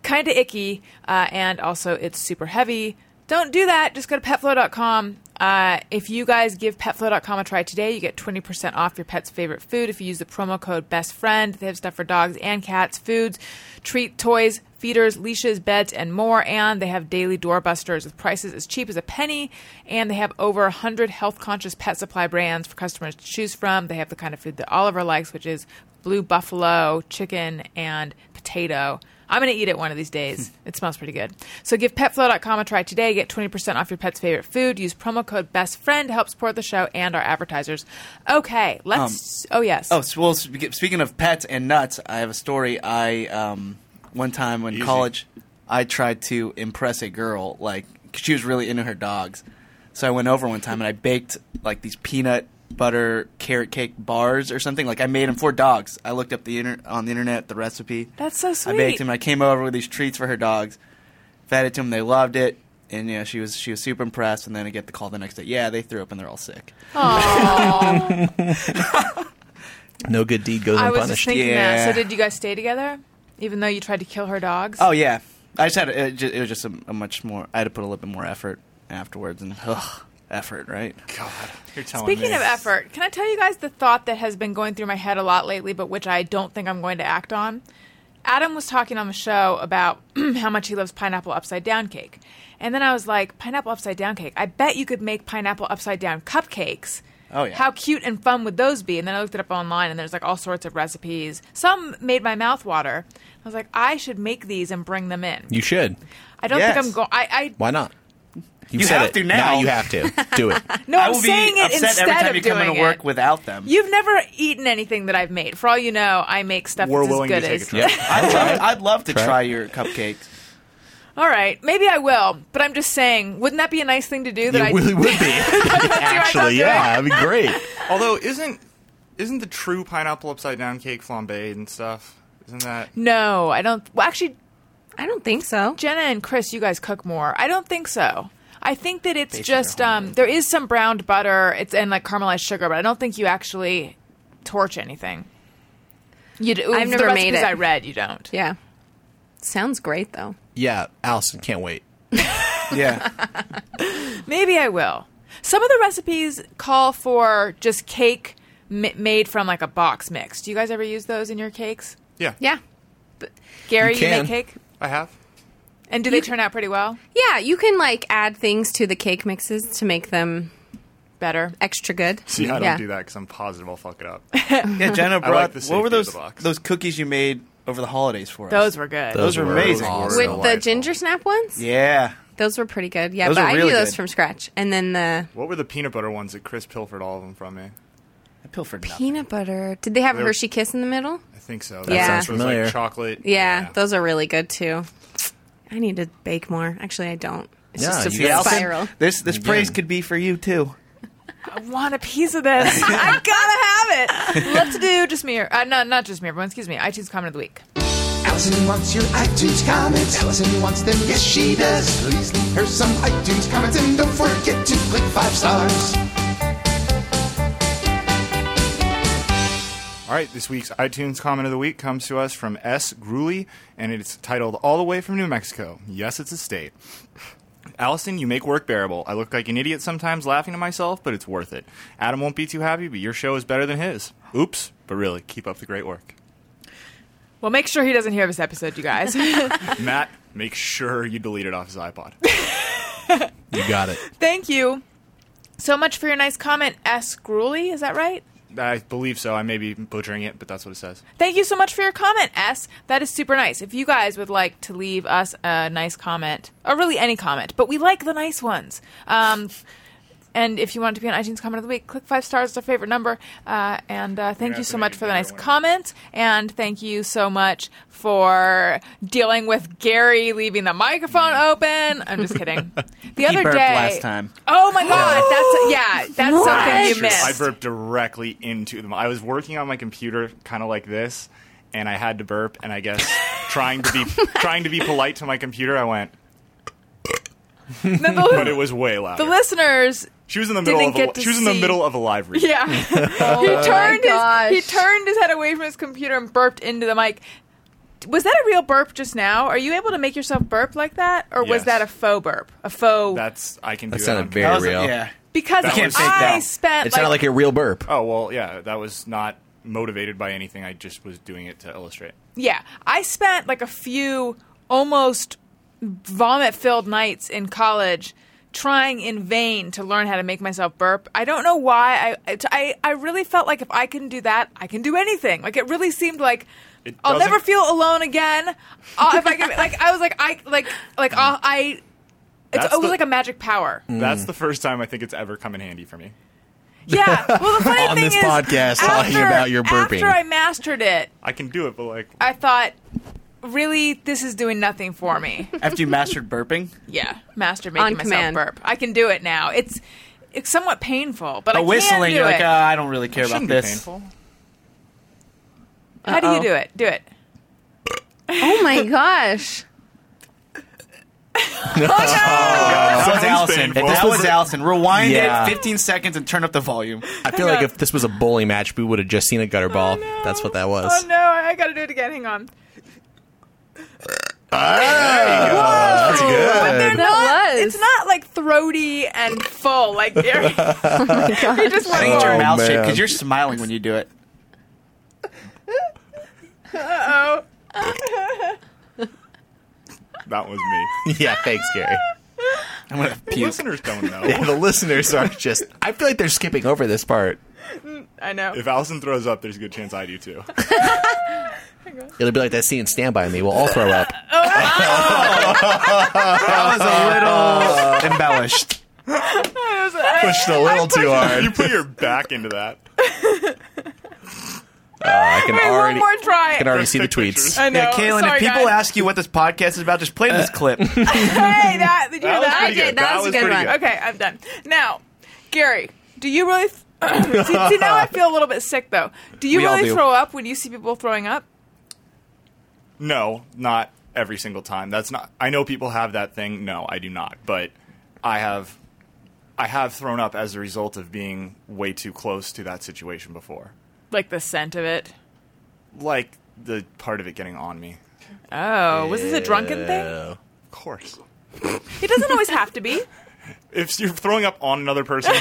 Speaker 3: kind of icky, uh, and also it's super heavy. Don't do that. Just go to petflow.com. Uh, if you guys give petflow.com a try today, you get 20% off your pet's favorite food if you use the promo code BESTFRIEND. They have stuff for dogs and cats, foods, treat, toys, feeders, leashes, beds, and more. And they have daily doorbusters with prices as cheap as a penny. And they have over 100 health conscious pet supply brands for customers to choose from. They have the kind of food that Oliver likes, which is blue buffalo, chicken, and potato. I'm going to eat it one of these days. it smells pretty good. So give petflow.com a try today. Get 20% off your pet's favorite food. Use promo code BESTFRIEND to help support the show and our advertisers. Okay, let's. oh, yes.
Speaker 7: Um, Oh, s- well, sp- speaking of pets and nuts, I have a story. I um, one time in college, I tried to impress a girl. Like she was really into her dogs, so I went over one time and I baked like these peanut butter carrot cake bars or something. Like I made them for dogs. I looked up the inter- on the internet the recipe.
Speaker 3: That's so
Speaker 7: I
Speaker 3: sweet.
Speaker 7: baked them. I came over with these treats for her dogs. Fed it to them. They loved it. And yeah, she was she was super impressed. And then I get the call the next day. Yeah, they threw up and they're all sick.
Speaker 8: No good deed goes
Speaker 3: I was just
Speaker 8: unpunished.
Speaker 3: thinking
Speaker 7: Yeah.
Speaker 3: that. So did you guys stay together? Even though you tried to kill her dogs?
Speaker 7: Oh yeah, I just had to- it, just, it was just a, a much more. I had to put a little bit more effort afterwards, and ugh, effort, right?
Speaker 6: God, you're telling me.
Speaker 3: Speaking of effort, can I tell you guys the thought that has been going through my head a lot lately, but which I don't think I'm going to act on? Adam was talking on the show about how much he loves pineapple upside down cake. And then I was like, pineapple upside down cake. I bet you could make pineapple upside down cupcakes.
Speaker 7: Oh, yeah.
Speaker 3: How cute and fun would those be? And then I looked it up online and there's like all sorts of recipes. Some made my mouth water. I was like, I should make these and bring them in.
Speaker 8: You should.
Speaker 3: I don't
Speaker 7: Yes.
Speaker 3: think I'm going I, I
Speaker 8: Why not? You've
Speaker 7: You
Speaker 8: said
Speaker 7: have
Speaker 8: it.
Speaker 7: to now.
Speaker 8: you have to do it.
Speaker 3: No,
Speaker 7: I
Speaker 3: I'm
Speaker 7: will
Speaker 3: saying
Speaker 7: be
Speaker 3: it
Speaker 7: upset
Speaker 3: instead
Speaker 7: every time
Speaker 3: of
Speaker 7: you
Speaker 3: doing
Speaker 7: come into
Speaker 3: it.
Speaker 7: work without them.
Speaker 3: You've never eaten anything that I've made. For all you know, I make stuff
Speaker 6: We're
Speaker 3: that's as
Speaker 6: willing to
Speaker 3: good
Speaker 6: take a
Speaker 3: as.
Speaker 6: trip.
Speaker 7: I'd, love, I'd love to try your cupcakes.
Speaker 3: All right, maybe I will, but I'm just saying, wouldn't that be a nice thing to do? That I
Speaker 8: It really would be. Actually, yeah, it'd be great.
Speaker 6: Although isn't isn't the true pineapple upside down cake flambé and stuff? Isn't that
Speaker 3: No, I don't. Well, actually,
Speaker 5: I don't think so.
Speaker 3: Jenna and Chris, you guys cook more. I don't think so. I think that it's just um, there is some browned butter. It's and like caramelized sugar, but I don't think you actually torch anything. You do,
Speaker 5: I've
Speaker 3: the
Speaker 5: never made
Speaker 3: recipes
Speaker 5: it.
Speaker 3: I read, you don't.
Speaker 5: Yeah. Sounds great though.
Speaker 8: Yeah, Allison can't wait.
Speaker 7: Yeah.
Speaker 3: Maybe I will. Some of the recipes call for just cake m- made from like a box mix. Do you guys ever use those in your cakes?
Speaker 6: yeah?
Speaker 5: Yeah.
Speaker 3: Gary, you,
Speaker 8: can.
Speaker 3: make cake,
Speaker 6: I have.
Speaker 3: and do they turn out pretty well?
Speaker 5: Yeah, you can like add things to the cake mixes to make them
Speaker 3: Better.
Speaker 5: extra good.
Speaker 6: See, I don't
Speaker 5: yeah.
Speaker 6: do that because I'm positive I'll fuck it up.
Speaker 7: Yeah, Jenna
Speaker 6: like
Speaker 7: brought.
Speaker 6: the
Speaker 7: what
Speaker 6: safety
Speaker 7: were
Speaker 6: of
Speaker 7: those
Speaker 6: the box.
Speaker 7: those cookies you made over the holidays for us?
Speaker 3: Those were good.
Speaker 7: Those are amazing.
Speaker 8: awesome.
Speaker 5: With the
Speaker 6: Delightful.
Speaker 5: ginger snap ones?
Speaker 7: Yeah.
Speaker 5: Those were pretty good. Yeah,
Speaker 7: Those
Speaker 5: but
Speaker 7: were
Speaker 5: I
Speaker 7: really
Speaker 5: do those
Speaker 7: good.
Speaker 5: from scratch. And then the
Speaker 6: What were the peanut butter ones that Chris pilfered all of them from eh? me?
Speaker 7: I pilfered nothing.
Speaker 5: peanut butter. Did they have a
Speaker 6: They're-
Speaker 5: Hershey kiss in the middle?
Speaker 6: I think so.
Speaker 5: Yeah.
Speaker 6: Those
Speaker 5: sounds
Speaker 6: ones
Speaker 8: familiar.
Speaker 6: Like chocolate.
Speaker 5: Yeah, those are really good too. I need to bake more. Actually, I don't. It's
Speaker 8: Yeah,
Speaker 5: just a
Speaker 8: you guys-
Speaker 5: spiral.
Speaker 7: This this praise could be for you too.
Speaker 3: I want a piece of this. I gotta have it. Love to do. Just me. Or, uh, no, not just me. Everyone, excuse me. iTunes comment of the week.
Speaker 4: Allison wants your iTunes comments. Allison wants them, yes she does. Please leave her some iTunes comments and don't forget to click five stars.
Speaker 6: All right, this week's iTunes comment of the week comes to us from S. Gruley, and it's titled All the Way from New Mexico. Yes, it's a state. Allison, you make work bearable. I look like an idiot sometimes laughing to myself, but it's worth it. Adam won't be too happy, but your show is better than his. Oops, but really, keep up the great work.
Speaker 3: Well, make sure he doesn't hear this episode, you guys.
Speaker 6: Matt, make sure you delete it off his iPod.
Speaker 8: You got it.
Speaker 3: Thank you so much for your nice comment, S. Gruely. Is that right?
Speaker 6: I believe so. I may be butchering it, but that's what it says.
Speaker 3: Thank you so much for your comment, S. That is super nice. If you guys would like to leave us a nice comment, or really any comment, but we like the nice ones. Um, and if you want to be on iTunes Comment of the Week, click five stars, it's our favorite number. Uh, and uh, thank
Speaker 6: gonna
Speaker 3: you
Speaker 6: have
Speaker 3: so
Speaker 6: to
Speaker 3: much
Speaker 6: make
Speaker 3: for the
Speaker 6: another
Speaker 3: nice
Speaker 6: one.
Speaker 3: comment. And thank you so much for dealing with Gary leaving the microphone open. I'm just kidding. The other
Speaker 7: burped
Speaker 3: day.
Speaker 7: last time.
Speaker 3: Oh my God. that's, yeah, that's something you missed.
Speaker 6: I burped directly into them. I was working on my computer, kind of like this, and I had to burp. And I guess trying to be
Speaker 3: Oh
Speaker 6: trying to be polite to my computer, I went,
Speaker 3: No,
Speaker 6: but it
Speaker 3: the,
Speaker 6: was way loud.
Speaker 3: the listeners
Speaker 6: she was in the middle
Speaker 3: didn't
Speaker 6: of
Speaker 3: get
Speaker 6: a,
Speaker 3: to
Speaker 6: she was in the
Speaker 3: see-
Speaker 6: middle of a live read.
Speaker 3: Yeah.
Speaker 8: Oh
Speaker 3: he turned
Speaker 5: gosh.
Speaker 3: his he turned his head away from his computer and burped into the mic. Was that a real burp just now? Are you able to make yourself burp like that, or was
Speaker 6: Yes.
Speaker 3: that a faux burp? A faux
Speaker 6: That's I can.
Speaker 8: That
Speaker 6: do
Speaker 8: sounded
Speaker 6: that
Speaker 8: very
Speaker 7: That was-
Speaker 8: real.
Speaker 7: Yeah.
Speaker 3: because
Speaker 6: that was-
Speaker 3: I
Speaker 7: It
Speaker 3: spent
Speaker 8: It sounded like, a real burp.
Speaker 6: Oh well, yeah. That was not motivated by anything. I just was doing it to illustrate.
Speaker 3: yeah, I spent like a few almost vomit filled nights in college trying in vain to learn how to make myself burp. I don't know why I I I really felt like if I can do that, I can do anything. Like it really seemed like
Speaker 6: It
Speaker 3: I'll
Speaker 6: doesn't-
Speaker 3: never feel alone again. Uh, if I can, like I was like I like like uh, I it's,
Speaker 6: That's
Speaker 3: it was
Speaker 6: the-
Speaker 3: like a magic power.
Speaker 8: Mm.
Speaker 6: That's the first time I think it's ever come in handy for me.
Speaker 3: Yeah. Well, the funny
Speaker 8: On
Speaker 3: thing
Speaker 8: this
Speaker 3: is,
Speaker 8: podcast, talking
Speaker 3: after-
Speaker 8: about your burping.
Speaker 3: After I mastered it,
Speaker 6: I can do it, but like
Speaker 3: I thought, really, this is doing nothing for me.
Speaker 7: After you mastered burping,
Speaker 3: Yeah, master making
Speaker 5: On
Speaker 3: myself
Speaker 5: command.
Speaker 3: burp. I can do it now. It's it's somewhat painful, but I
Speaker 7: but
Speaker 3: can
Speaker 7: whistling,
Speaker 3: do
Speaker 7: you're like,
Speaker 3: it.
Speaker 7: uh, I don't really care about
Speaker 6: shouldn't
Speaker 7: this.
Speaker 6: be painful.
Speaker 3: How do you do it? Do it.
Speaker 5: Oh my gosh.
Speaker 7: That was
Speaker 6: Sounds
Speaker 7: Allison.
Speaker 6: painful.
Speaker 7: That was Allison. Rewind
Speaker 8: Yeah.
Speaker 7: it 15 seconds and turn up the volume.
Speaker 8: I feel like if this was a bowling match, we would have just seen a
Speaker 5: Oh,
Speaker 8: gutter ball. That's what that was.
Speaker 3: Oh no, I I gotta do it again. Hang on.
Speaker 8: That's good.
Speaker 3: They're
Speaker 5: That
Speaker 3: not-
Speaker 5: was.
Speaker 3: It's not like throaty and full like Gary. you just want
Speaker 7: Change your
Speaker 8: Oh,
Speaker 3: more.
Speaker 7: mouth shape
Speaker 8: man.
Speaker 7: because you're smiling when you do it.
Speaker 3: Oh,
Speaker 6: That was me.
Speaker 8: Yeah, thanks, Gary.
Speaker 7: I'm gonna puke.
Speaker 6: Listeners don't know.
Speaker 8: Yeah, the listeners are just. I feel like they're skipping over this part.
Speaker 3: I know.
Speaker 6: If Allison throws up, there's a good chance I do too.
Speaker 8: It'll be like that scene in Stand By Me. We'll all throw up.
Speaker 7: That was a little embellished.
Speaker 10: Pushed a little too hard.
Speaker 6: You put your back into that.
Speaker 8: I can
Speaker 3: Wait,
Speaker 8: already,
Speaker 3: one more try.
Speaker 8: I can already see the tweets.
Speaker 3: I know.
Speaker 7: Yeah, Kaylin,
Speaker 3: Sorry,
Speaker 7: if people
Speaker 3: guys.
Speaker 7: ask you what this podcast is about, just play this clip.
Speaker 3: hey, that did you hear
Speaker 6: was
Speaker 3: that?
Speaker 6: pretty
Speaker 5: I did. That was a good
Speaker 6: pretty
Speaker 5: one.
Speaker 3: Okay, I'm done. Now, Gary, do you really? see, see, now I feel a little bit sick though. Do you
Speaker 7: We all
Speaker 3: really
Speaker 7: do.
Speaker 3: throw up when you see people throwing up?
Speaker 6: No, not every single time. That's not. I know people have that thing. No, I do not. But I have, I have thrown up as a result of being way too close to that situation before.
Speaker 3: Like the scent of it.
Speaker 6: Like the part of it getting on me.
Speaker 3: Oh, was this a drunken thing?
Speaker 8: Oh.
Speaker 6: Of course.
Speaker 3: It doesn't always have to be.
Speaker 6: If you're throwing up on another person,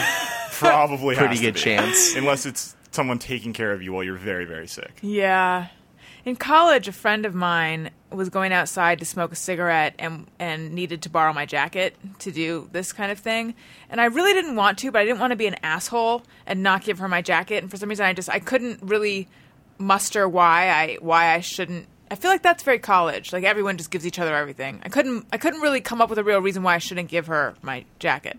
Speaker 6: probably has
Speaker 8: Pretty
Speaker 6: to
Speaker 8: good
Speaker 6: be.
Speaker 8: chance.
Speaker 6: Unless it's someone taking care of you while you're very very sick.
Speaker 3: Yeah. In college, a friend of mine was going outside to smoke a cigarette and and needed to borrow my jacket to do this kind of thing. And I really didn't want to, but I didn't want to be an asshole and not give her my jacket. And for some reason, I just I couldn't really muster why I why I shouldn't. I feel like that's very college. Like everyone just gives each other everything. I couldn't I couldn't really come up with a real reason why I shouldn't give her my jacket.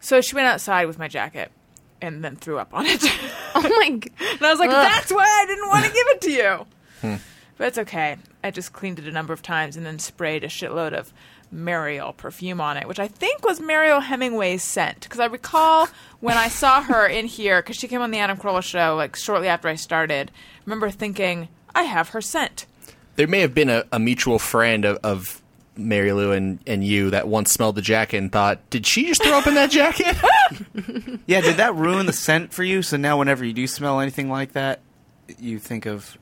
Speaker 3: So she went outside with my jacket and then threw up on it.
Speaker 5: Oh my god.
Speaker 3: And I was like, that's why I didn't want to give it to you.
Speaker 7: Hmm.
Speaker 3: but it's okay. I just cleaned it a number of times and then sprayed a shitload of Mariel perfume on it, which I think was Mariel Hemingway's scent. Because I recall when I saw her in here, because she came on the Adam Carolla show like shortly after I started, I remember thinking, I have her scent.
Speaker 8: There may have been a, a mutual friend of, of Mary Lou and, and you that once smelled the jacket and thought, did she just throw up in that jacket?
Speaker 7: yeah, did that ruin the scent for you? So now, whenever you do smell anything like that, you think of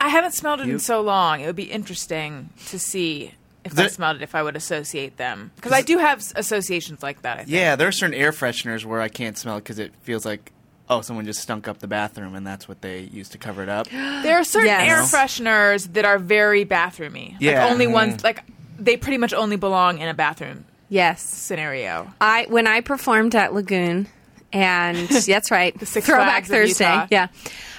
Speaker 3: I haven't smelled it in
Speaker 7: You-
Speaker 3: so long. It would be interesting to see if I
Speaker 7: There-
Speaker 3: smelled it, if I would associate them. Because I do have s- associations like that, I think.
Speaker 7: Yeah, there are certain air fresheners where I can't smell it because it feels like, oh, someone just stunk up the bathroom, and that's what they used to cover it up.
Speaker 3: There are certain
Speaker 5: Yes.
Speaker 3: air fresheners that are very bathroomy.
Speaker 7: Yeah.
Speaker 3: Like only
Speaker 7: Mhm.
Speaker 8: Mm-hmm.
Speaker 3: ones like they pretty much only belong in a bathroom
Speaker 5: Yes.
Speaker 3: scenario.
Speaker 5: I when I performed at Lagoon, and that's right,
Speaker 3: Six
Speaker 5: Throwback
Speaker 3: Flags of
Speaker 5: Thursday.
Speaker 3: Utah.
Speaker 5: Yeah,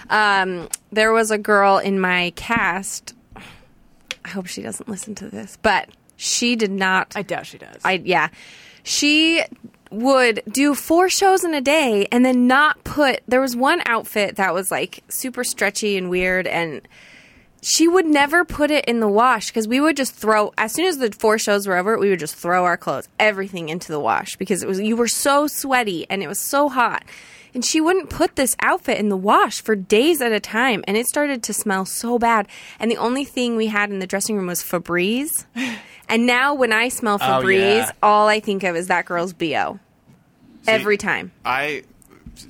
Speaker 5: um, there was a girl in my cast. I hope she doesn't listen to this, but she did not.
Speaker 3: I doubt she does.
Speaker 5: I yeah, she would do four shows in a day and then not put. There was one outfit that was like super stretchy and weird and. She would never put it in the wash because we would just throw as soon as the four shows were over, we would just throw our clothes, everything into the wash because it was you were so sweaty and it was so hot. And she wouldn't put this outfit in the wash for days at a time, and it started to smell so bad. And the only thing we had in the dressing room was Febreze. And now when I smell
Speaker 7: Oh,
Speaker 5: Febreze,
Speaker 7: yeah.
Speaker 5: all I think of is that girl's bo. Every time.
Speaker 6: I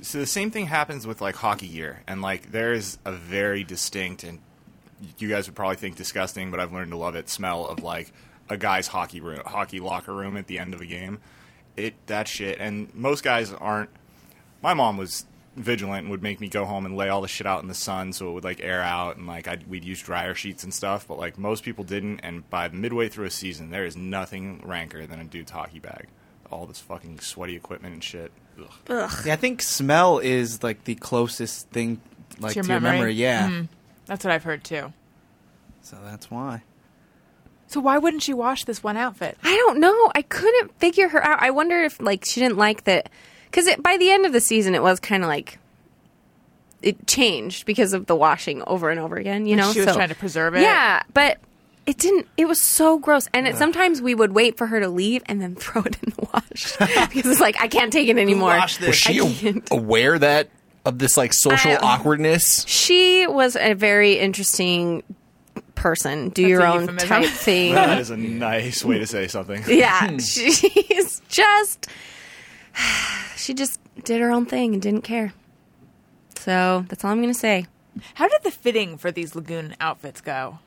Speaker 6: so the same thing happens with like hockey gear, and like there is a very distinct and you guys would probably think disgusting, but I've learned to love it. Smell of like a guy's hockey room, hockey locker room at the end of a game. It that shit, and most guys aren't. My mom was vigilant and would make me go home and lay all the shit out in the sun so it would like air out and like I'd, we'd use dryer sheets and stuff but like most people didn't and by midway through a season there is nothing ranker than a dude's hockey bag all this fucking sweaty equipment and shit Ugh.
Speaker 7: Yeah, I think smell is like the closest thing, like
Speaker 3: To
Speaker 7: to
Speaker 3: your
Speaker 7: your,
Speaker 3: memory? Mm-hmm.
Speaker 7: memory. Yeah,
Speaker 3: That's what I've heard too.
Speaker 7: so that's why.
Speaker 3: So why wouldn't she wash this one outfit?
Speaker 5: I don't know. I couldn't figure her out. I wonder if like she didn't like that because by the end of the season, it was kind of like it changed because of the washing over and over again. You know,
Speaker 3: she was
Speaker 5: So-
Speaker 3: trying to preserve it.
Speaker 5: Yeah, but it didn't. It was so gross, and it, sometimes we would wait for her to leave and then throw it in the wash because it's like I can't take it anymore.
Speaker 7: Wash
Speaker 8: Was
Speaker 7: this.
Speaker 8: she
Speaker 5: I
Speaker 8: a-
Speaker 5: can't.
Speaker 8: aware that of this like social
Speaker 5: I-
Speaker 8: awkwardness?
Speaker 5: She was a very interesting person. Do your
Speaker 3: a
Speaker 5: own
Speaker 3: euphemism.
Speaker 5: type thing.
Speaker 6: That is a nice way to say something.
Speaker 5: Yeah, she's just she just did her own thing and didn't care. So that's all I'm gonna say.
Speaker 3: How did the fitting for these lagoon outfits go?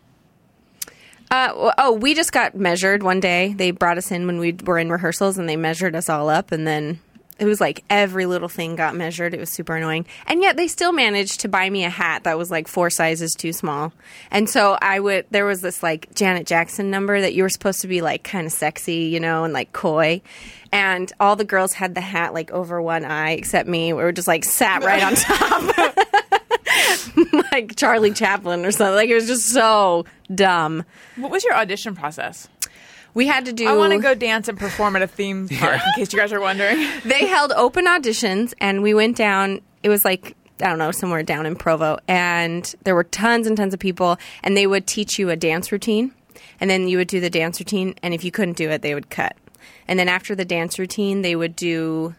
Speaker 5: Uh, w- oh, we just got measured one day. They brought us in when we were in rehearsals and they measured us all up, and then it was like every little thing got measured. It was super annoying, and yet they still managed to buy me a hat that was like four sizes too small. And so I would. There was this like Janet Jackson number that you were supposed to be like kind of sexy, you know, and like coy. And all the girls had the hat like over one eye except me. We were just like sat right on top. like Charlie Chaplin or something. Like it was just so dumb.
Speaker 3: What was your audition process?
Speaker 5: We had to do.
Speaker 3: I want to go dance and perform at a theme park. In case you guys are wondering,
Speaker 5: they held open auditions and we went down it was like i don't know somewhere down in provo and there were tons and tons of people and they would teach you a dance routine and then you would do the dance routine and if you couldn't do it they would cut and then after the dance routine they would do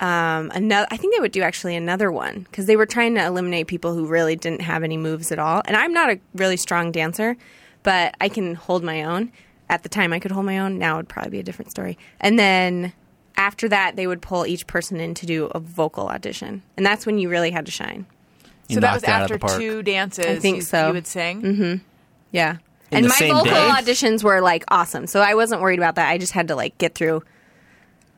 Speaker 5: um, another i think they would do actually another one because they were trying to eliminate people who really didn't have any moves at all and i'm not a really strong dancer but i can hold my own at the time i could hold my own now it would probably be a different story and then after that they would pull each person in to do a vocal audition and that's when you really had to shine
Speaker 8: You
Speaker 3: so that
Speaker 8: knocked
Speaker 3: was
Speaker 8: it out of
Speaker 3: after
Speaker 8: the park.
Speaker 3: two dances.
Speaker 5: I think
Speaker 3: you,
Speaker 5: so.
Speaker 3: You would sing.
Speaker 5: mm-hmm yeah
Speaker 8: In
Speaker 5: and
Speaker 8: the
Speaker 5: my
Speaker 8: same
Speaker 5: vocal
Speaker 8: day?
Speaker 5: auditions were like awesome so i wasn't worried about that i just had to like get through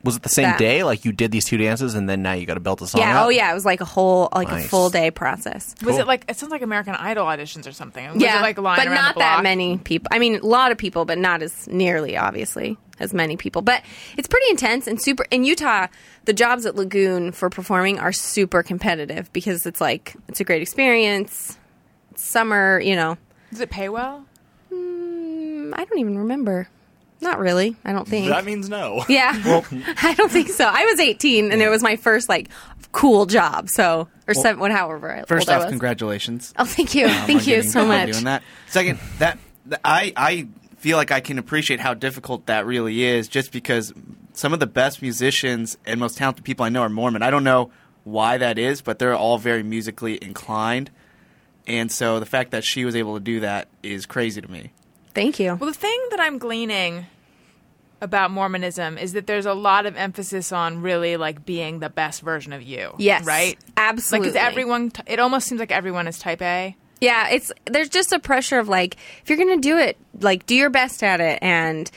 Speaker 8: Was it the same
Speaker 5: That-
Speaker 8: day? Like you did these two dances, and then now you got to belt a song
Speaker 5: yeah
Speaker 8: out?
Speaker 5: oh yeah it was like a whole like
Speaker 8: Nice.
Speaker 5: a full day process
Speaker 3: Was it like it sounds like American Idol auditions or something? Was
Speaker 5: yeah
Speaker 3: it like lying
Speaker 5: but
Speaker 3: around
Speaker 5: not
Speaker 3: the block?
Speaker 5: that many people i mean a lot of people but not as nearly obviously as many people but it's pretty intense and super in utah the jobs at lagoon for performing are super competitive because it's like it's a great experience it's summer you know
Speaker 3: Does it pay well?
Speaker 5: Mm, I don't even remember. Not really. I don't think.
Speaker 6: That means no.
Speaker 5: yeah. I don't think so. I was 18 and it was my first like cool job. So or seven, what, however
Speaker 7: First
Speaker 5: old
Speaker 7: off,
Speaker 5: I was.
Speaker 7: congratulations.
Speaker 5: Oh, thank you.
Speaker 7: Um,
Speaker 5: thank
Speaker 7: on
Speaker 5: you
Speaker 7: getting-
Speaker 5: so
Speaker 7: on
Speaker 5: much.
Speaker 7: Doing that. Second, that th- I I feel like I can appreciate how difficult that really is, just because some of the best musicians and most talented people I know are Mormon. I don't know why that is, but they're all very musically inclined, and so the fact that she was able to do that is crazy to me.
Speaker 5: Thank you.
Speaker 3: Well, the thing that I'm gleaning about Mormonism is that there's a lot of emphasis on really like being the best version of you.
Speaker 5: Yes.
Speaker 3: Right?
Speaker 5: Absolutely.
Speaker 3: Like, is everyone, t- it almost seems like everyone is type A.
Speaker 5: Yeah, it's there's just a pressure of like if you're gonna do it, like do your best at it, and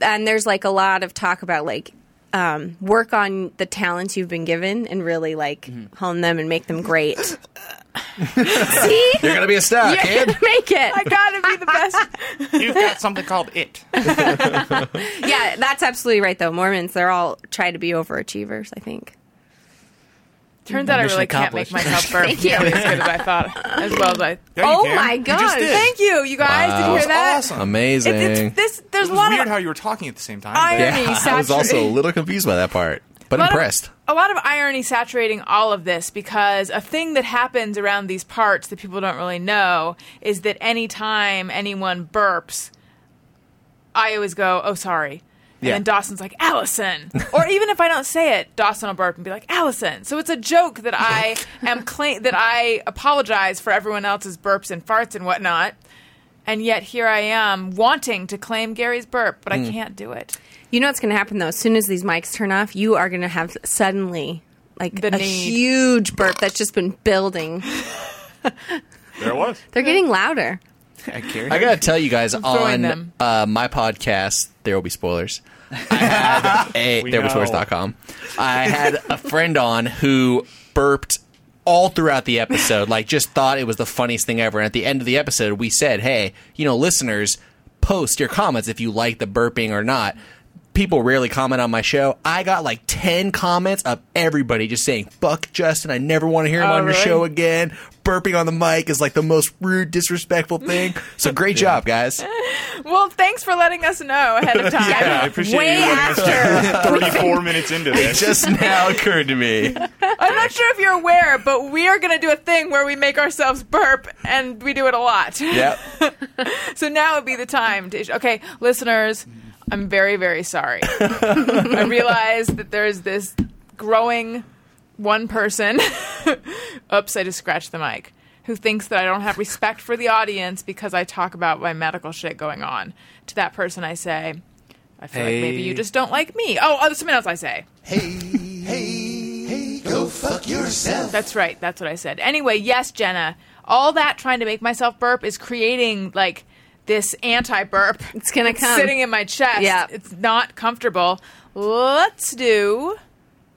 Speaker 5: and there's like a lot of talk about like um, work on the talents you've been given and really like
Speaker 6: Mm-hmm.
Speaker 5: hone them and make them great. See,
Speaker 8: You're gonna be a star,
Speaker 5: you're
Speaker 8: kid.
Speaker 5: gonna make it.
Speaker 3: I gotta be the best.
Speaker 6: You've got something called it.
Speaker 5: Yeah, that's absolutely right though. Mormons, they're all try to be overachievers. I think.
Speaker 3: Turns out I
Speaker 7: Mission
Speaker 3: really can't make myself
Speaker 7: accomplished.
Speaker 3: burp
Speaker 5: Thank you.
Speaker 3: nearly as good as I thought, as well as I.
Speaker 6: There you
Speaker 5: oh
Speaker 6: can.
Speaker 5: my
Speaker 6: You
Speaker 5: gosh!
Speaker 6: just did.
Speaker 3: Thank you, you guys. Did you hear that?
Speaker 6: Awesome.
Speaker 7: Um,
Speaker 8: Amazing.
Speaker 3: It's, it's this. There's a
Speaker 6: It was
Speaker 3: lot
Speaker 6: weird
Speaker 3: of
Speaker 6: how you were talking at the same time.
Speaker 3: irony.
Speaker 8: yeah, I was also a
Speaker 3: saturating-
Speaker 8: little confused by that part, but
Speaker 3: lot of-
Speaker 8: impressed.
Speaker 3: a lot of irony saturating all of this because a thing that happens around these parts that people don't really know is that anytime anyone burps, I always go, oh, sorry. And
Speaker 7: Yeah.
Speaker 3: then Dawson's like, Allison. or even if I don't say it, Dawson will burp and be like, Allison. So it's a joke that I am claim that I apologize for everyone else's burps and farts and whatnot. And yet here I am wanting to claim Gary's burp, but
Speaker 8: Hmm.
Speaker 3: I can't do it.
Speaker 5: You know what's going to happen though? As soon as these mics turn off, you are going to have suddenly like
Speaker 3: The
Speaker 5: a
Speaker 3: need.
Speaker 5: huge burp that's just been building.
Speaker 6: There it was.
Speaker 5: They're getting louder.
Speaker 7: I carry.
Speaker 8: I gotta tell you guys
Speaker 3: throwing
Speaker 8: on
Speaker 3: them.
Speaker 8: uh, my podcast, there will be spoilers. I had a
Speaker 6: We
Speaker 8: there will be
Speaker 6: know.
Speaker 8: spoilers.com. I had a friend on who burped all throughout the episode, like just thought it was the funniest thing ever. And at the end of the episode, we said, "Hey, you know, listeners, post your comments if you like the burping or not." People rarely comment on my show. I got like ten comments of everybody just saying "fuck Justin." I never want to hear him
Speaker 3: Oh,
Speaker 8: on your
Speaker 3: really?
Speaker 8: show again. Burping on the mic is like the most rude, disrespectful thing. So great job, guys.
Speaker 3: Well, thanks for letting us know ahead of time.
Speaker 6: Yeah, I appreciate
Speaker 5: Way
Speaker 6: you.
Speaker 5: after.
Speaker 6: 34 minutes into
Speaker 8: It
Speaker 6: this.
Speaker 8: just now occurred to me.
Speaker 3: I'm not sure if you're aware, but we are going to do a thing where we make ourselves burp, and we do it a lot.
Speaker 8: Yep.
Speaker 3: So now would be the time to. Okay, listeners, I'm very, very sorry. I realize that there's this growing one person. Oops, I just scratched the mic. Who thinks that I don't have respect for the audience because I talk about my medical shit going on? To that person, I say, I feel like maybe
Speaker 7: Hey.
Speaker 3: you just don't like me. Oh, oh, something else I say.
Speaker 4: Go fuck yourself.
Speaker 3: That's right. That's what I said. Anyway, yes, Jenna. All that trying to make myself burp is creating like this anti-burp.
Speaker 5: It's gonna come.
Speaker 3: sitting in my chest.
Speaker 5: Yeah.
Speaker 3: it's not comfortable. Let's do.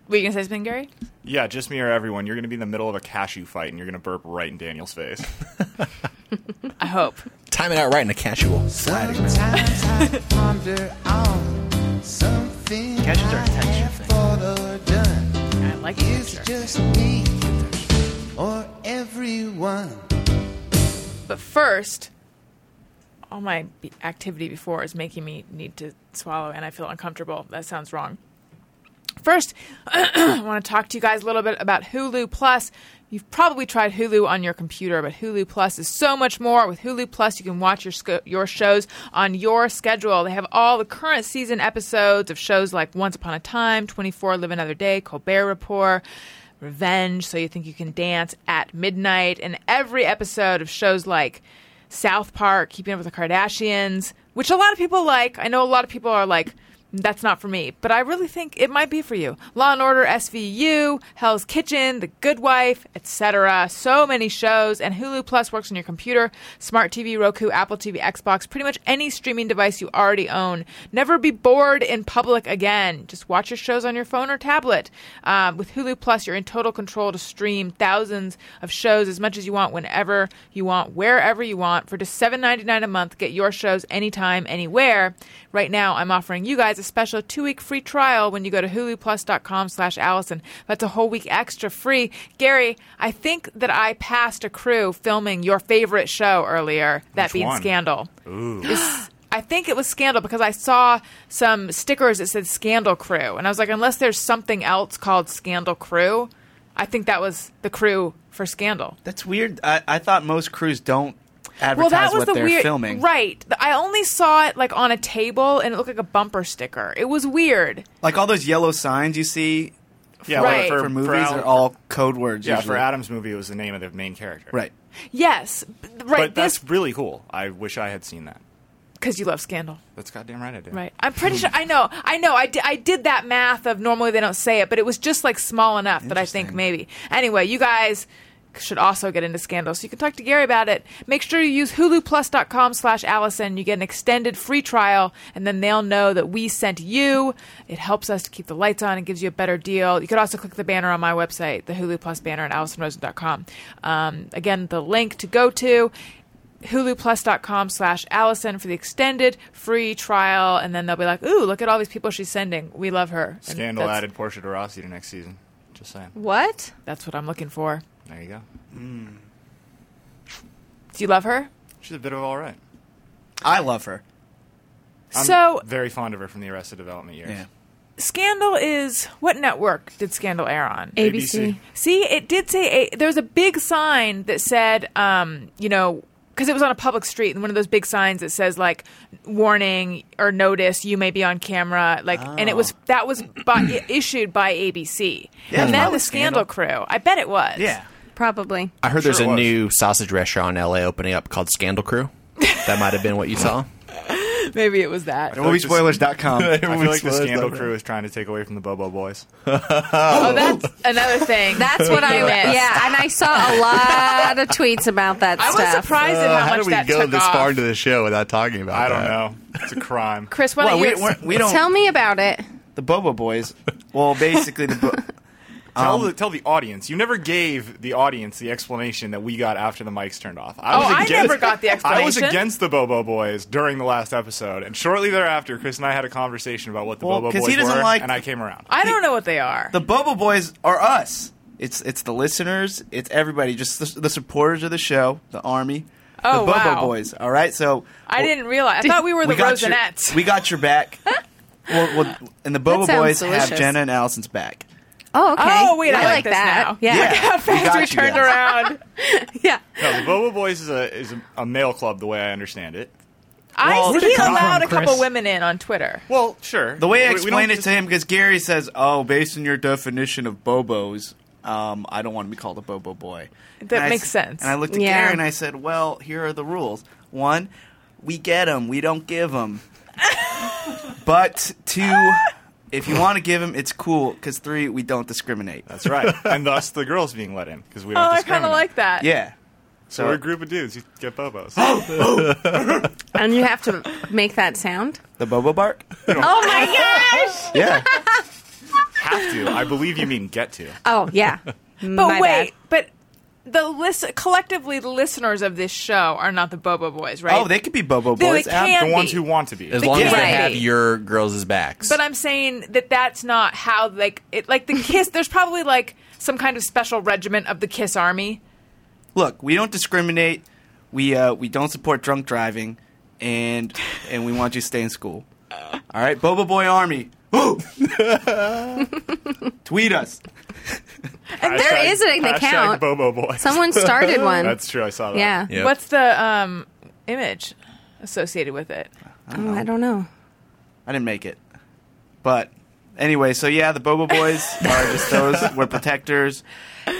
Speaker 3: Were you gonna say something, Gary?
Speaker 6: Yeah, just me or everyone. You're going to be in the middle of a cashew fight and you're going to burp right in Daniel's face.
Speaker 3: I hope.
Speaker 8: Time it out right in a casual.
Speaker 4: Sometimes I ponder on something
Speaker 7: Cashews are
Speaker 4: I
Speaker 7: a texture
Speaker 4: have
Speaker 7: thing.
Speaker 4: thought or done.
Speaker 3: I like
Speaker 4: Is
Speaker 3: it.
Speaker 4: it just me or everyone.
Speaker 3: But first, all my be- activity before is making me need to swallow, and I feel uncomfortable. That sounds wrong. First, I want to talk to you guys a little bit about Hulu Plus. You've probably tried Hulu on your computer, but Hulu Plus is so much more. With Hulu Plus, you can watch your sco- your shows on your schedule. They have all the current season episodes of shows like Once Upon a Time, 24, Live Another Day, Colbert Report, Revenge, So You Think You Can Dance, At Midnight, and every episode of shows like South Park, Keeping Up with the Kardashians, which a lot of people like. I know a lot of people are like, that's not for me, but I really think it might be for you. Law and Order, SVU, Hell's Kitchen, The Good Wife, etc. So many shows, and Hulu Plus works on your computer, smart TV, Roku, Apple TV, Xbox, pretty much any streaming device you already own. Never be bored in public again. Just watch your shows on your phone or tablet. Um, with Hulu Plus, you're in total control to stream thousands of shows as much as you want, whenever you want, wherever you want. For just $7.99 a month, get your shows anytime, anywhere. Right now, I'm offering you guys a special two-week free trial when you go to huluplus.com slash Allison. That's a whole week extra free. Gary, I think that I passed a crew filming your favorite show earlier, that
Speaker 6: Which
Speaker 3: being
Speaker 6: one?
Speaker 3: Scandal.
Speaker 6: Ooh.
Speaker 3: This- I think it was Scandal because I saw some stickers that said Scandal Crew, and I was like, unless there's something else called Scandal Crew, I think that was the crew for Scandal.
Speaker 7: That's weird. I, I thought most crews don't advertise
Speaker 3: Well, that was
Speaker 7: what
Speaker 3: the
Speaker 7: they're
Speaker 3: weird,
Speaker 7: filming.
Speaker 3: right? The- I only saw it like on a table, and it looked like a bumper sticker. It was weird.
Speaker 7: Like all those yellow signs you see
Speaker 3: Yeah, like Right.
Speaker 7: for,
Speaker 3: for-
Speaker 7: for
Speaker 3: for
Speaker 7: movies
Speaker 6: Al-
Speaker 7: are all code words.
Speaker 6: Yeah,
Speaker 7: usually.
Speaker 6: for Adam's movie, it was the name of the main character.
Speaker 7: Right.
Speaker 3: Yes, b- right.
Speaker 6: But that's really cool. I wish I had seen that.
Speaker 3: because you love Scandal.
Speaker 6: That's goddamn right I did.
Speaker 3: Right. I'm pretty sure. I know. I know. I, di- I did that math of normally they don't say it, but it was just like small enough that I think maybe. Anyway, you guys should also get into Scandal, so you can talk to Gary about it. Make sure you use huluplus.com slash Allison. You get an extended free trial, and then they'll know that we sent you. It helps us to keep the lights on and gives you a better deal. You could also click the banner on my website, the Hulu Plus banner at AllisonRosen.com. Um, again, the link to go to huluplus.com slash allison for the extended free trial and then they'll be like ooh look at all these people she's sending we love her And
Speaker 6: Scandal
Speaker 3: that's,
Speaker 6: added Portia de Rossi to next season. Just saying.
Speaker 5: What?
Speaker 3: that's what i'm looking for
Speaker 6: There you go.
Speaker 3: do you love her
Speaker 6: She's a bit of all right.
Speaker 7: I love her.
Speaker 6: I'm
Speaker 3: so
Speaker 6: very fond of her from the Arrested Development years.
Speaker 7: Yeah.
Speaker 3: scandal is what network did scandal air on
Speaker 5: ABC.
Speaker 3: See, it did say a, there was a big sign that said, um, you know, because it was on a public street, and one of those big signs that says like "warning" or "notice," you may be on camera. Like, and it was that was by, issued by ABC,
Speaker 7: Yeah,
Speaker 3: and
Speaker 7: it's
Speaker 3: then
Speaker 7: probably
Speaker 3: the Scandal, Crew.
Speaker 7: Scandal.
Speaker 3: I bet it was.
Speaker 7: Yeah.
Speaker 5: Probably.
Speaker 8: I heard there's
Speaker 6: Sure
Speaker 8: a
Speaker 6: was.
Speaker 8: new sausage restaurant in LA opening up called Scandal Crew. That might have been what you saw.
Speaker 3: maybe it was that.
Speaker 7: Moviespoilers.com.
Speaker 6: I feel like the Scandal crew is trying to take away from the Bobo Boys.
Speaker 3: Oh, that's another thing.
Speaker 5: That's what I
Speaker 3: missed.
Speaker 5: Yeah, and I saw a lot of tweets about that
Speaker 3: I was
Speaker 5: stuff.
Speaker 3: surprised
Speaker 7: Uh,
Speaker 3: at how, much that took off.
Speaker 8: into the show without talking about
Speaker 6: I don't know. It's a crime.
Speaker 3: Chris, why
Speaker 7: Well,
Speaker 3: don't
Speaker 7: we,
Speaker 3: you
Speaker 7: we're- we don't.
Speaker 5: Tell me about it.
Speaker 7: the Bobo Boys. Well, basically the. Bo- Um,
Speaker 6: Tell, the, tell the audience. You never gave the audience the explanation that we got after the mics turned off. I
Speaker 3: Oh, I never got the
Speaker 6: I was
Speaker 3: explanation.
Speaker 6: against the Bobo Boys during the last episode, and shortly thereafter, Chris and I had a conversation about what the
Speaker 7: Well,
Speaker 6: Bobo
Speaker 7: 'cause
Speaker 6: Boys
Speaker 7: he doesn't
Speaker 6: were,
Speaker 7: like-
Speaker 6: and I came around.
Speaker 3: I don't know what they are.
Speaker 7: the Bobo Boys are us. It's it's the listeners. It's everybody. Just the, the supporters of the show. The army.
Speaker 3: Oh,
Speaker 7: the Bobo
Speaker 3: wow.
Speaker 7: Boys. All right. So
Speaker 3: I didn't realize. I thought we were the
Speaker 7: got your-
Speaker 3: Rosenettes.
Speaker 7: we got your back. well, well, and the Bobo
Speaker 5: That sounds
Speaker 7: Boys have
Speaker 5: delicious.
Speaker 7: Jenna and Allison's back.
Speaker 5: Oh, okay.
Speaker 3: Oh wait, I,
Speaker 5: I,
Speaker 3: like, this
Speaker 5: that.
Speaker 3: now.
Speaker 5: Yeah.
Speaker 7: Yeah.
Speaker 5: yeah.
Speaker 3: Look how
Speaker 7: We
Speaker 3: fast
Speaker 7: got
Speaker 3: we
Speaker 7: you
Speaker 3: turned
Speaker 7: guys.
Speaker 3: around.
Speaker 6: No, the Bobo Boys is a is a, a male club, the way I understand it.
Speaker 7: Well,
Speaker 3: I
Speaker 7: where'd
Speaker 3: he
Speaker 7: it come
Speaker 3: allowed
Speaker 9: from,
Speaker 3: a couple
Speaker 9: Chris?
Speaker 3: women in on Twitter.
Speaker 6: Well, sure.
Speaker 7: The way I
Speaker 6: We- we
Speaker 7: explained
Speaker 6: don't
Speaker 7: it
Speaker 6: just-
Speaker 7: to him, because Gary says, "Oh, based on your definition of Bobos, um, I don't want to be called a Bobo boy."
Speaker 3: That
Speaker 7: And I
Speaker 3: makes
Speaker 7: s-
Speaker 3: sense.
Speaker 7: And I looked at
Speaker 5: Yeah.
Speaker 7: Gary and I said, "Well, here are the rules. One, we get them, we don't give them. but two, if you want to give them, it's cool. Because three, we don't discriminate.
Speaker 6: That's right, and thus the girls being let in because
Speaker 3: Oh,
Speaker 6: we don't.
Speaker 3: I kind
Speaker 6: discriminate.
Speaker 3: of like that.
Speaker 7: yeah.
Speaker 6: So we're a group of dudes. You get Bobos.
Speaker 5: And you have to make that sound.
Speaker 7: the Bobo bark.
Speaker 5: Oh my gosh.
Speaker 7: Yeah.
Speaker 6: have to. I believe you mean get to.
Speaker 5: Oh yeah.
Speaker 3: But wait, but the list collectively the listeners of this show are not the Bobo Boys, right?
Speaker 7: Oh, they could be Bobo
Speaker 3: They
Speaker 7: boys.
Speaker 3: can
Speaker 7: Ab-
Speaker 6: The
Speaker 3: Andy.
Speaker 6: ones who want to be.
Speaker 8: As long as they
Speaker 5: Right.
Speaker 8: have your girls' backs.
Speaker 3: But I'm saying that that's not how like it like the kiss. There's probably like some kind of special regiment of the Kiss Army
Speaker 7: look, we don't discriminate. We uh, we don't support drunk driving, and and we want you to stay in school. All right, Boba Boy Army, Woo! tweet us.
Speaker 5: And there is an account.
Speaker 6: Bobo Boy.
Speaker 5: Someone started one.
Speaker 6: That's true. I saw that.
Speaker 5: Yeah.
Speaker 3: What's the um, image associated with it?
Speaker 5: Oh, I don't know.
Speaker 7: I didn't make it, but anyway, so yeah, the Boba Boys are just those. We're protectors.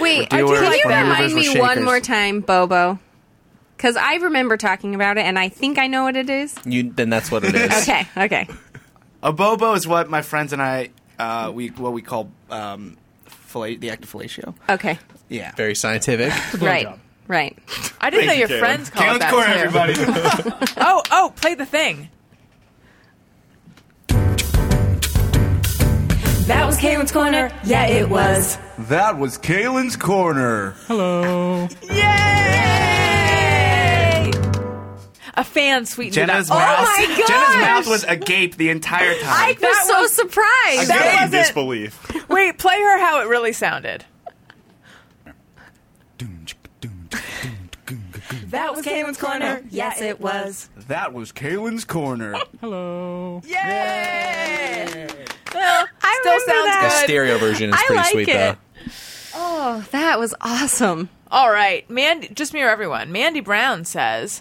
Speaker 5: Wait,
Speaker 7: We're
Speaker 5: can
Speaker 7: doers,
Speaker 5: you
Speaker 7: we're movers,
Speaker 5: remind
Speaker 7: we're
Speaker 5: me one
Speaker 7: shakers.
Speaker 5: more time, Bobo? Because I remember talking about it, and I think I know what it is.
Speaker 8: You, then that's what it is.
Speaker 5: Okay, okay.
Speaker 7: A bobo is what my friends and I uh, we what we call um, filla- the act of fellatio.
Speaker 5: Okay.
Speaker 7: Yeah.
Speaker 8: Very scientific.
Speaker 5: Right. Right.
Speaker 3: I didn't
Speaker 6: Thank
Speaker 3: know
Speaker 6: you,
Speaker 3: your
Speaker 6: Caitlin.
Speaker 3: friends called it
Speaker 6: Caitlin's
Speaker 3: that
Speaker 6: corner,
Speaker 3: too.
Speaker 6: everybody.
Speaker 3: Oh, oh, play the thing. That was Caitlin's corner. Yeah, it was.
Speaker 2: That was Kalen's Corner.
Speaker 9: Hello.
Speaker 3: Yay! A fan sweetened
Speaker 7: Jenna's
Speaker 3: it up. Oh
Speaker 7: mouth.
Speaker 5: my gosh!
Speaker 7: Jenna's mouth was agape the entire time.
Speaker 5: I was so surprised.
Speaker 3: That
Speaker 6: Good in
Speaker 3: wasn't-
Speaker 6: disbelief.
Speaker 3: Oh, wait, play her how it really sounded. That was Caitlin's corner.
Speaker 5: yes, it was.
Speaker 2: That was Kalen's Corner.
Speaker 9: Hello.
Speaker 3: Yay! Well, still sounds
Speaker 5: remember
Speaker 8: The
Speaker 5: that.
Speaker 3: good.
Speaker 8: stereo version is
Speaker 5: I
Speaker 8: pretty
Speaker 5: like
Speaker 8: sweet
Speaker 5: it.
Speaker 8: though.
Speaker 5: Oh, that was awesome.
Speaker 3: All right, Mandy, just me or everyone. Mandy Brown says,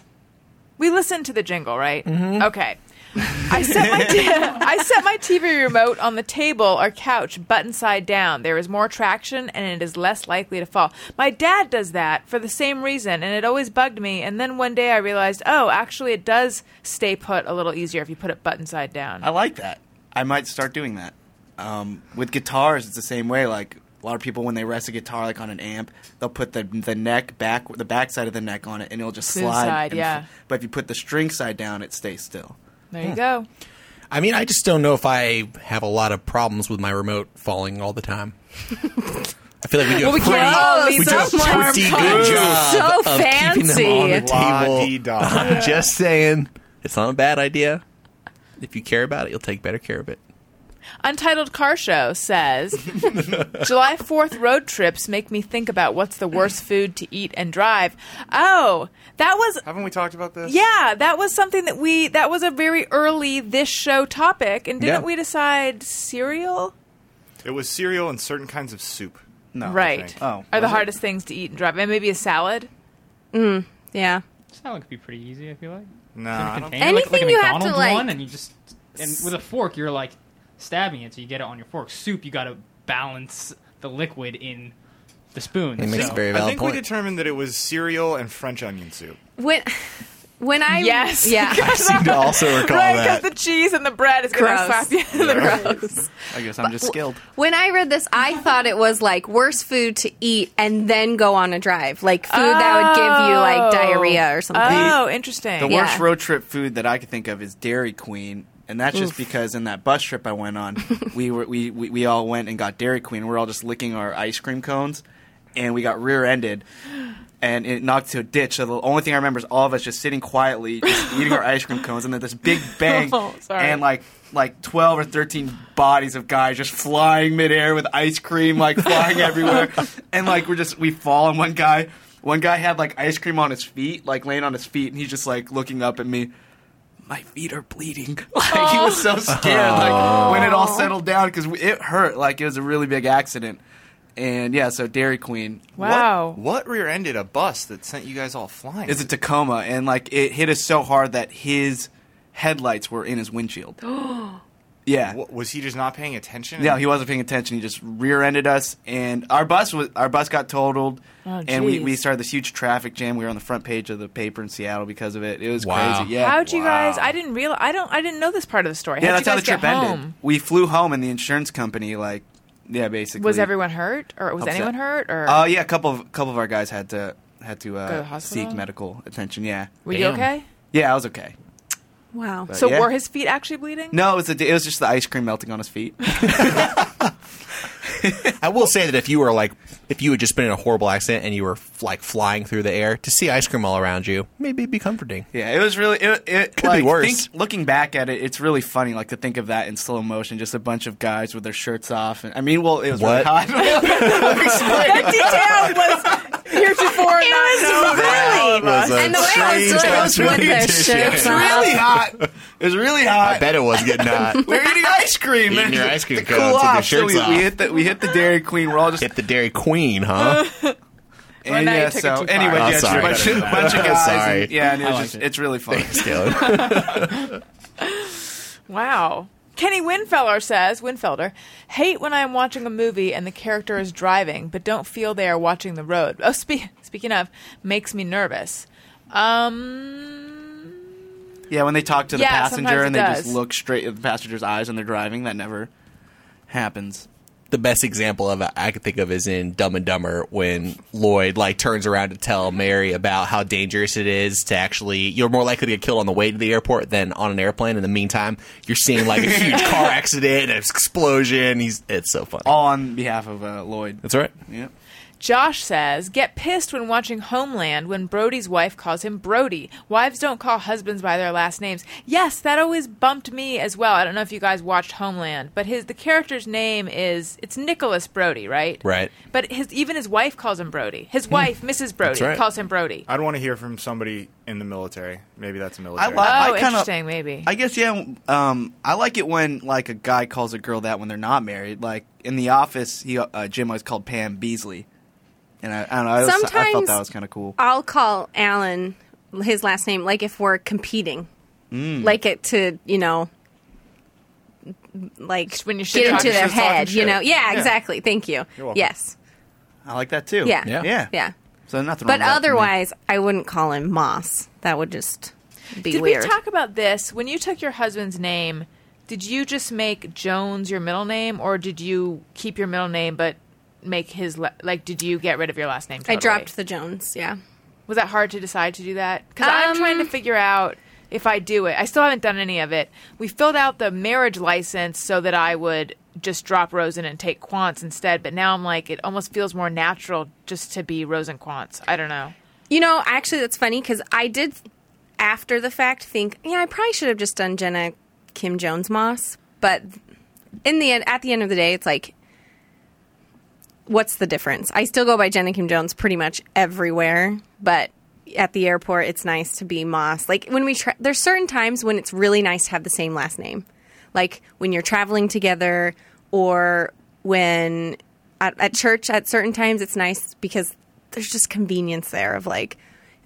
Speaker 3: "We listened to the jingle, right?
Speaker 8: Mm-hmm.
Speaker 3: Okay." I set my t- I set my TV remote on the table or couch, button side down. There is more traction, and it is less likely to fall. My dad does that for the same reason, and it always bugged me. And then one day I realized, oh, actually, it does stay put a little easier if you put it button side down.
Speaker 7: I like that. I might start doing that. Um, with guitars, it's the same way. Like a lot of people, when they rest a guitar, like on an amp, they'll put the the neck back, the back side of the neck on it, and it'll just
Speaker 3: Smooth
Speaker 7: slide.
Speaker 3: side,
Speaker 7: and-
Speaker 3: yeah.
Speaker 7: But if you put the string side down, it stays still.
Speaker 3: there you go.
Speaker 8: I mean, I just don't know if I have a lot of problems with my remote falling all the time. I feel like we do a
Speaker 3: Well, we
Speaker 8: pretty,
Speaker 3: can't all be
Speaker 8: we do a
Speaker 3: so smart.
Speaker 8: pretty good job
Speaker 5: So
Speaker 8: Uh, of keeping them on the
Speaker 5: fancy.
Speaker 8: table.
Speaker 6: La-di-da.
Speaker 8: I'm just saying, it's not a bad idea. If you care about it, you'll take better care of it.
Speaker 3: Untitled Car Show says July 4th road trips make me think about what's the worst food to eat and drive. Oh, that was.
Speaker 6: Haven't we talked about this?
Speaker 3: Yeah, that was something that we. That was a very early this show topic. And didn't
Speaker 8: Yeah.
Speaker 3: we decide cereal?
Speaker 6: It was cereal and certain kinds of soup.
Speaker 7: No.
Speaker 3: right.
Speaker 6: think.
Speaker 7: Oh,
Speaker 3: Are
Speaker 7: was
Speaker 3: the
Speaker 7: it?
Speaker 3: hardest things to eat and drive. And maybe a salad?
Speaker 5: Yeah.
Speaker 9: Salad could be pretty easy. I feel like. In
Speaker 6: No,
Speaker 9: a
Speaker 6: I don't
Speaker 9: container, like- like,
Speaker 5: Anything
Speaker 9: a
Speaker 5: you have to,
Speaker 9: McDonald's
Speaker 5: like-
Speaker 9: one, and you just and with a fork, you're like stabbing it, so you get it on your fork. Soup, you got to balance the liquid in the spoon.
Speaker 8: It makes
Speaker 9: so.
Speaker 8: a very
Speaker 6: I
Speaker 8: valid
Speaker 6: think
Speaker 8: point.
Speaker 6: we determined that it was cereal and French onion soup.
Speaker 5: When when I
Speaker 3: Yes.
Speaker 5: yeah.
Speaker 8: I seem to also recall
Speaker 3: right,
Speaker 8: that.
Speaker 3: because the cheese and the bread is going to
Speaker 5: Gross.
Speaker 3: slap you in the gross.
Speaker 7: I guess I'm just skilled.
Speaker 5: When I read this, I thought it was like worst food to eat and then go on a drive, like food that would give you like diarrhea or something.
Speaker 3: Oh, interesting.
Speaker 7: The
Speaker 5: Yeah.
Speaker 7: worst road trip food that I could think of is Dairy Queen, and that's just because in that bus trip I went on, we were we, we, we all went and got Dairy Queen. We are all just licking our ice cream cones, and we got rear-ended, and it knocked to a ditch. So the only thing I remember is all of us just sitting quietly, just eating our ice cream cones, and then this big bang,
Speaker 3: Oh, sorry.
Speaker 7: and like. Like twelve or thirteen bodies of guys just flying midair with ice cream like flying everywhere, and like we're just we fall on one guy. One guy had like ice cream on his feet, like laying on his feet, and he's just like looking up at me my feet are bleeding. Like he was
Speaker 3: Oh.
Speaker 7: so scared. Like when it all settled down because it hurt. Like it was a really big accident. And yeah, so Dairy Queen
Speaker 3: wow.
Speaker 6: What, what rear-ended a bus that sent you guys all flying?
Speaker 7: is a Tacoma, and like it hit us so hard that his headlights were in his windshield. yeah.
Speaker 6: What, was he just not paying attention?
Speaker 7: Yeah, he wasn't paying attention. He just rear-ended us, and our bus was our bus got totaled,
Speaker 3: Oh,
Speaker 7: and we,
Speaker 3: jeez.
Speaker 7: we started this huge traffic jam. We were on the front page of the paper in Seattle because of it. It was
Speaker 8: Wow.
Speaker 7: crazy. Yeah,
Speaker 3: How'd you guys? I didn't real. I don't. I didn't know this part of the story.
Speaker 7: Yeah,
Speaker 3: How'd
Speaker 7: that's how
Speaker 3: you
Speaker 7: the
Speaker 3: guys
Speaker 7: trip
Speaker 3: get home?
Speaker 7: ended. We flew home, and the insurance company, like, yeah, basically
Speaker 3: Was everyone hurt, or was
Speaker 7: upset.
Speaker 3: anyone hurt, or
Speaker 7: Uh, yeah, a couple of couple of our guys had to had to,
Speaker 3: Go to the
Speaker 7: uh,
Speaker 3: hospital?
Speaker 7: seek medical attention. Yeah,
Speaker 3: were you
Speaker 8: Damn.
Speaker 3: okay?
Speaker 7: yeah, I was okay.
Speaker 5: Wow.
Speaker 3: So
Speaker 7: Uh, yeah.
Speaker 3: were his feet actually bleeding?
Speaker 7: No, it was the, it was just the ice cream melting on his feet.
Speaker 8: I will say that if you were like, if you had just been in a horrible accident and you were like flying through the air, to see ice cream all around you, maybe it'd be comforting.
Speaker 7: yeah, it was really it, it
Speaker 8: Could be
Speaker 7: like,
Speaker 8: worse.
Speaker 7: think- looking back at it, it's really funny, like to think of that in slow motion, just a bunch of guys with their shirts off. And I mean, well, it was really
Speaker 8: What?
Speaker 7: hot. I'm explaining.
Speaker 3: That detail was heretofore.
Speaker 5: It was
Speaker 6: a
Speaker 5: And the way I was
Speaker 6: strange
Speaker 5: doing it was with
Speaker 6: opportunity
Speaker 5: their
Speaker 6: to
Speaker 5: shirts
Speaker 6: share.
Speaker 5: on.
Speaker 7: really hot. It was really hot.
Speaker 8: I bet it was getting uh, hot.
Speaker 7: We're eating ice cream.
Speaker 8: Eating
Speaker 7: and
Speaker 8: your ice cream
Speaker 7: to
Speaker 8: cones
Speaker 7: cool
Speaker 8: with your
Speaker 7: off. So
Speaker 8: shirts
Speaker 7: we,
Speaker 8: off.
Speaker 7: we hit the we hit the Dairy Queen. We're all just
Speaker 8: Hit the Dairy Queen, huh?
Speaker 7: and
Speaker 3: now you
Speaker 7: yeah.
Speaker 3: took it
Speaker 7: So
Speaker 3: too far.
Speaker 7: anyway,
Speaker 8: Oh,
Speaker 7: yeah, it's
Speaker 8: sorry.
Speaker 7: a bunch, of- bunch of guys.
Speaker 8: Sorry.
Speaker 7: and- yeah, and it
Speaker 9: I
Speaker 7: was
Speaker 9: liked
Speaker 7: just
Speaker 9: it.
Speaker 7: it's really fun.
Speaker 8: Caleb.
Speaker 3: Wow. Kenny Winfeller says, Winfelder, hate when I am watching a movie and the character is driving, but don't feel they are watching the road. Oh, spe- speaking of, makes me nervous. Um,
Speaker 7: Yeah, when they talk to the
Speaker 3: Yeah,
Speaker 7: passenger
Speaker 3: sometimes
Speaker 7: and
Speaker 3: it
Speaker 7: they
Speaker 3: does.
Speaker 7: just look straight at the passenger's eyes when they're driving, that never happens.
Speaker 8: the best example of it I could think of is in Dumb and Dumber when Lloyd like turns around to tell Mary about how dangerous it is to actually you're more likely to get killed on the way to the airport than on an airplane. In the meantime, you're seeing like a huge car accident, an explosion. He's it's so funny.
Speaker 7: All on behalf of uh, Lloyd.
Speaker 8: That's right.
Speaker 7: Yep.
Speaker 3: Josh says, get pissed when watching Homeland when Brody's wife calls him Brody. Wives don't call husbands by their last names. Yes, that always bumped me as well. I don't know if you guys watched Homeland, but his the character's name is it's Nicholas Brody, right?
Speaker 8: Right.
Speaker 3: But his even his wife calls him Brody.
Speaker 7: Hmm.
Speaker 3: His wife, Mrs. Brody,
Speaker 8: right.
Speaker 3: calls him Brody.
Speaker 6: I'd want to hear from somebody in the military. Maybe that's a
Speaker 7: I
Speaker 6: military.
Speaker 7: like.
Speaker 3: Oh,
Speaker 7: I kinda,
Speaker 3: interesting, maybe.
Speaker 7: I guess yeah. Um, I like it when like a guy calls a girl that when they're not married. Like in the office, he uh, Jim always called Pam Beasley, and I, I don't know. I, always- I thought
Speaker 5: Sometimes-
Speaker 7: that was kind of cool.
Speaker 5: I'll call Alan his last name, like if we're competing, like it to you know, like
Speaker 3: when you're shit
Speaker 5: get
Speaker 3: talking-
Speaker 5: into their
Speaker 3: just talking
Speaker 5: head, you
Speaker 6: shit.
Speaker 5: know. Yeah,
Speaker 6: Yeah.
Speaker 5: exactly. Thank you.
Speaker 6: You're welcome.
Speaker 5: Yes.
Speaker 7: I like that too.
Speaker 5: Yeah.
Speaker 8: Yeah.
Speaker 7: Yeah.
Speaker 5: Yeah.
Speaker 7: So nothing.
Speaker 5: But
Speaker 7: wrong with that for me.
Speaker 5: otherwise, I wouldn't call him Moss. That would just be
Speaker 3: Did
Speaker 5: weird.
Speaker 3: we talk about this when you took your husband's name? Did you just make Jones your middle name, or did you keep your middle name but make his la- like? Did you get rid of your last name?
Speaker 5: I
Speaker 3: Totally?
Speaker 5: dropped the Jones. Yeah.
Speaker 3: Was that hard to decide to do that? Because I'm
Speaker 5: Um,
Speaker 3: trying to figure out if I do it. I still haven't done any of it. We filled out the marriage license so that I would just drop Rosen and take Quants instead. But now I'm like, it almost feels more natural just to be Rosen Quants. I don't know.
Speaker 5: You know, actually, that's funny because I did after the fact think, yeah, I probably should have just done Jenna Kim Jones Moss. But in the end, at the end of the day, it's like, what's the difference? I still go by Jenna Kim Jones pretty much everywhere, but at the airport, it's nice to be Moss. Like when we tra- there's certain times when it's really nice to have the same last name, like when you're traveling together or when at, at church at certain times it's nice because there's just convenience there of like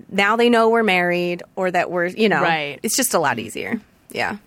Speaker 5: now they know we're married or that we're you know
Speaker 3: Right.
Speaker 5: it's just a lot easier yeah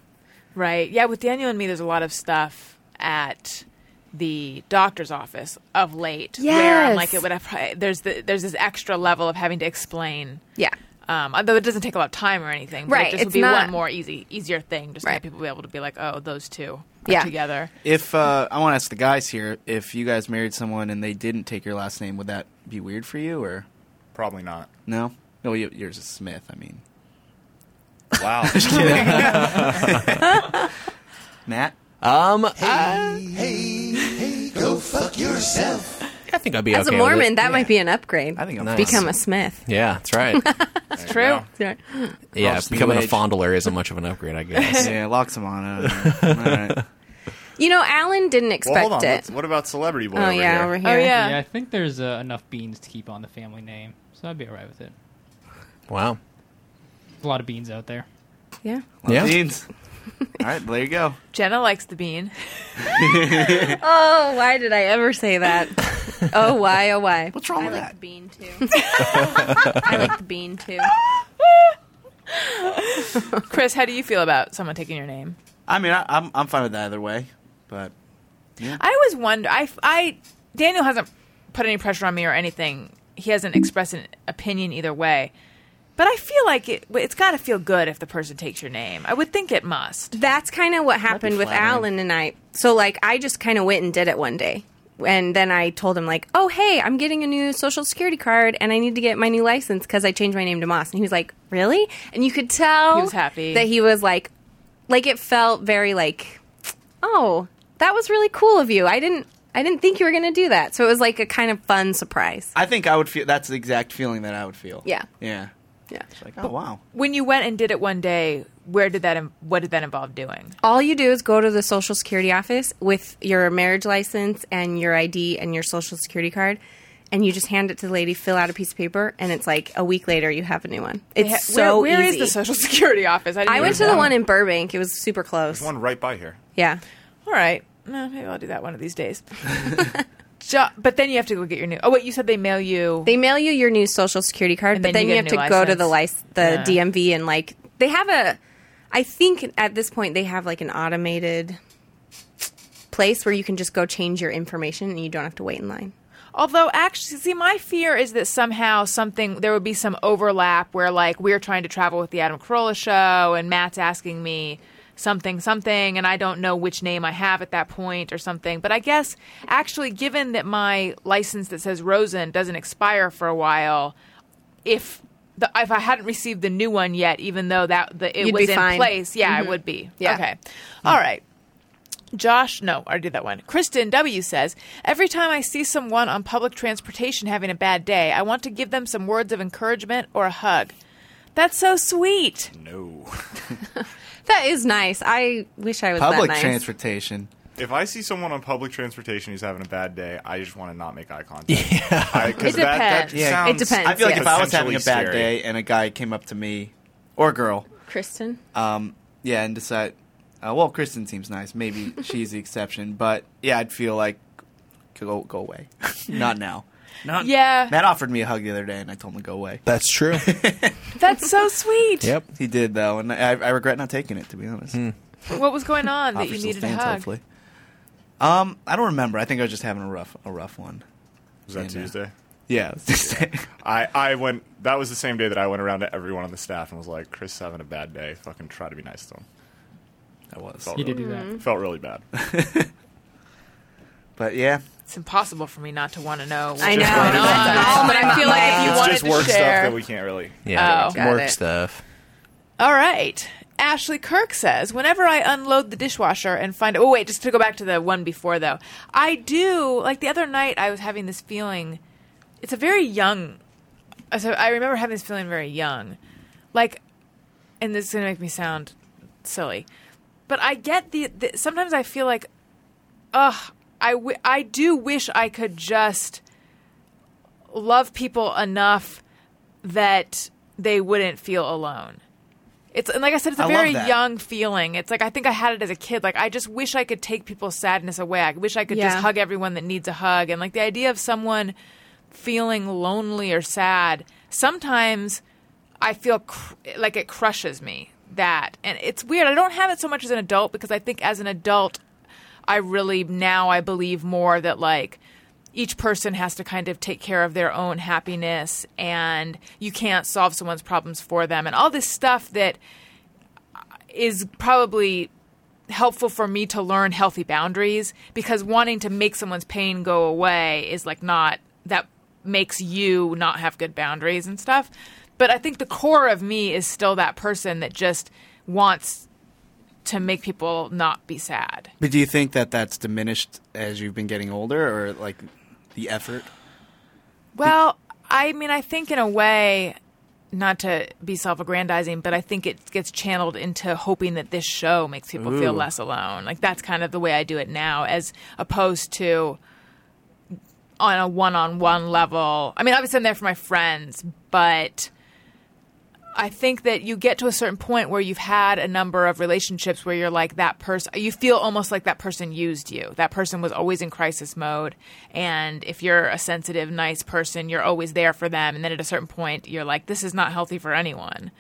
Speaker 3: Right. Yeah, with Daniel and me, there's a lot of stuff at the doctor's office of late. Where I'm
Speaker 5: Yes.
Speaker 3: like, it would have, pri- there's, the, there's this extra level of having to explain.
Speaker 5: yeah
Speaker 3: Um, although it doesn't take a lot of time or anything, but
Speaker 5: Right,
Speaker 3: it just would
Speaker 5: it's
Speaker 3: be
Speaker 5: not-
Speaker 3: one more easy, easier thing just to have
Speaker 5: Right.
Speaker 3: people be able to be like, oh, those two are
Speaker 5: Yeah.
Speaker 3: together.
Speaker 7: If uh, I want to ask the guys here, if you guys married someone and they didn't take your last name, would that be weird for you or
Speaker 6: Probably not.
Speaker 7: no? No, y- yours is Smith. I mean,
Speaker 6: Wow.
Speaker 7: Matt.
Speaker 8: Um, I,
Speaker 4: Go fuck yourself.
Speaker 8: I think I'd be
Speaker 5: as
Speaker 8: okay
Speaker 5: a
Speaker 8: with it.
Speaker 5: mormon that might be an upgrade
Speaker 7: I think I'm
Speaker 5: become a smith
Speaker 8: Yeah, that's right.
Speaker 3: It's true.
Speaker 5: yeah
Speaker 8: yeah,
Speaker 7: Lost new
Speaker 8: becoming a
Speaker 7: age.
Speaker 8: fondler isn't much of an upgrade, I guess.
Speaker 7: Yeah, Loxamana. All right.
Speaker 5: you know alan didn't
Speaker 6: well,
Speaker 5: expect
Speaker 6: hold on.
Speaker 5: it
Speaker 6: Let's- What about celebrity boy?
Speaker 5: oh
Speaker 6: over
Speaker 5: yeah
Speaker 6: here?
Speaker 5: over here
Speaker 3: Oh, yeah.
Speaker 9: Yeah, I think there's uh, enough beans to keep on the family name, so I'd be all right with it.
Speaker 8: Wow.
Speaker 9: A lot of beans out there.
Speaker 5: yeah
Speaker 8: Yeah.
Speaker 7: Beans. All right, there you go.
Speaker 3: Jenna likes the bean.
Speaker 5: oh why did i ever say that oh why oh why
Speaker 7: What's wrong with that?
Speaker 5: bean too i like the bean too
Speaker 3: Chris, how do you feel about someone taking your name?
Speaker 7: I mean, I, I'm I'm fine with that either way, but
Speaker 3: I always wonder. I, I Daniel hasn't put any pressure on me or anything. He hasn't expressed an opinion either way. But I feel like it, it's got to feel good if the person takes your name. I would think it must.
Speaker 5: that's kind of what happened with
Speaker 7: flattering.
Speaker 5: Alan and I. So like I just kind of went and did it one day. And then I told him like, "Oh, hey, I'm getting a new social security card and I need to get my new license cuz I changed my name to Moss." And he was like, "Really?" And you could tell
Speaker 3: He was happy.
Speaker 5: that he was like like it felt very like, "Oh, that was really cool of you. I didn't I didn't think you were going to do that." So it was like a kind of fun surprise.
Speaker 7: I think I would feel that's the exact feeling that I would feel.
Speaker 5: Yeah.
Speaker 7: Yeah.
Speaker 5: Yeah.
Speaker 7: It's like, oh wow.
Speaker 3: When you went and did it one day, where did that? in- What did that involve doing?
Speaker 5: All you do is go to the social security office with your marriage license and your ID and your social security card, and you just hand it to the lady, fill out a piece of paper, and it's like a week later you have a new one. It's
Speaker 3: Ha-
Speaker 5: so
Speaker 3: where, where is
Speaker 5: easy.
Speaker 3: the Social Security office? didn't
Speaker 5: I went
Speaker 3: even
Speaker 5: to the
Speaker 3: know.
Speaker 5: one in Burbank. It was super close.
Speaker 6: There's one right by here.
Speaker 5: Yeah.
Speaker 3: All right. No, maybe I'll do that one of these days. Jo- but then you have to go get your new. Oh wait, you said they mail you.
Speaker 5: They mail you your new social security card,
Speaker 3: And
Speaker 5: but
Speaker 3: then
Speaker 5: then
Speaker 3: you
Speaker 5: you, have
Speaker 3: get
Speaker 5: to
Speaker 3: a new
Speaker 5: go to the lic-
Speaker 3: license.
Speaker 5: the
Speaker 3: Yeah.
Speaker 5: DMV and like they have a I think at this point they have like an automated place where you can just go change your information and you don't have to wait in line.
Speaker 3: Although, actually, see, my fear is that somehow something there would be some overlap where, like, we're trying to travel with the Adam Carolla show, and Matt's asking me something, something, and I don't know which name I have at that point or something. But I guess actually, given that my license that says Rosen doesn't expire for a while, if the, if I hadn't received the new one yet, even though that the, it
Speaker 5: You'd
Speaker 3: was
Speaker 5: be
Speaker 3: in
Speaker 5: fine.
Speaker 3: place, Mm-hmm. yeah, I would be.
Speaker 5: Yeah.
Speaker 3: Okay, all right. Josh, no, I did that one. Kristen W says, Every time I see someone on public transportation having a bad day, I want to give them some words of encouragement or a hug. That's so sweet.
Speaker 6: No.
Speaker 5: That is nice. I wish I was
Speaker 7: Public
Speaker 5: that nice.
Speaker 7: transportation.
Speaker 6: If I see someone on public transportation who's having a bad day, I just want to not make eye contact. Yeah. I,
Speaker 3: It
Speaker 6: That, that
Speaker 3: depends.
Speaker 6: yeah. sounds,
Speaker 5: It depends.
Speaker 7: I feel like
Speaker 5: yes.
Speaker 7: if I was having a
Speaker 6: Potentially
Speaker 7: bad
Speaker 6: scary.
Speaker 7: day and a guy came up to me or girl,
Speaker 5: Kristen,
Speaker 7: um, yeah, and decide, uh, well, Kristen seems nice. Maybe she's the exception, but yeah, I'd feel like go go away. Not now. Not
Speaker 3: Yeah.
Speaker 7: Matt offered me a hug the other day, and I told him to go away.
Speaker 8: That's true.
Speaker 3: That's so sweet.
Speaker 8: yep.
Speaker 7: He did though, and I, I regret not taking it to be honest.
Speaker 3: What was going on that
Speaker 7: Offer
Speaker 3: you
Speaker 7: still
Speaker 3: needed a
Speaker 7: stands,
Speaker 3: hug?
Speaker 7: hopefully. Um, I don't remember. I think I was just having a rough a rough one.
Speaker 6: Was that
Speaker 7: Yeah.
Speaker 6: Tuesday?
Speaker 7: Yeah. it was Tuesday.
Speaker 6: I, I went. That was the same day that I went around to everyone on the staff and was like, "Chris is having a bad day. Fucking try to be nice to him."
Speaker 7: I was.
Speaker 6: Felt
Speaker 9: You did
Speaker 6: really,
Speaker 9: do that.
Speaker 6: felt really bad.
Speaker 7: But yeah,
Speaker 3: It's impossible for me not to want to know. What's
Speaker 5: I know.
Speaker 3: going
Speaker 5: That's
Speaker 3: on.
Speaker 5: all
Speaker 3: but I feel like if you
Speaker 5: It's
Speaker 3: wanted
Speaker 6: just
Speaker 3: to
Speaker 6: work
Speaker 3: share,
Speaker 6: stuff that we can't really.
Speaker 8: Yeah.
Speaker 3: Oh.
Speaker 8: Work
Speaker 5: Got it.
Speaker 8: stuff.
Speaker 3: All right. Ashley Kirk says, whenever I unload the dishwasher and find oh wait, just to go back to the one before though, I do like the other night I was having this feeling. It's a very young. So I remember having this feeling very young, like, and this is gonna make me sound silly, but I get the, the sometimes I feel like, ugh, I wi- I do wish I could just love people enough that they wouldn't feel alone. It's and like I said, it's a
Speaker 7: I love
Speaker 3: very
Speaker 7: that.
Speaker 3: young feeling. It's like I think I had it as a kid. Like I just wish I could take people's sadness away. I wish I could just
Speaker 5: Yeah.
Speaker 3: hug everyone that needs a hug. And like the idea of someone feeling lonely or sad, sometimes I feel cr- like it crushes me. That and it's weird. I don't have it so much as an adult because I think as an adult, I really now I believe more that like each person has to kind of take care of their own happiness and you can't solve someone's problems for them and all this stuff that is probably helpful for me to learn healthy boundaries because wanting to make someone's pain go away is like not that makes you not have good boundaries and stuff. But I think the core of me is still that person that just wants to make people not be sad.
Speaker 7: but do you think that that's diminished as you've been getting older, or like the effort?
Speaker 3: Well, I mean, I think in a way, not to be self aggrandizing, but I think it gets channeled into hoping that this show makes people feel
Speaker 7: Ooh.
Speaker 3: less alone. Like, that's kind of the way I do it now, as opposed to on a one on one level. I mean, obviously, I'm there for my friends, but. I think that you get to a certain point where you've had a number of relationships where you're like that person, you feel almost like that person used you. That person was always in crisis mode. And if you're a sensitive, nice person, you're always there for them. And then at a certain point, you're like, this is not healthy for anyone.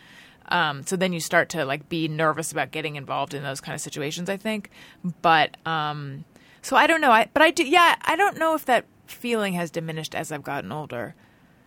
Speaker 3: Um, so then you start to like be nervous about getting involved in those kind of situations, I think. But, um, so I don't know. I, but I do, yeah, I don't know if that feeling has diminished as I've gotten older.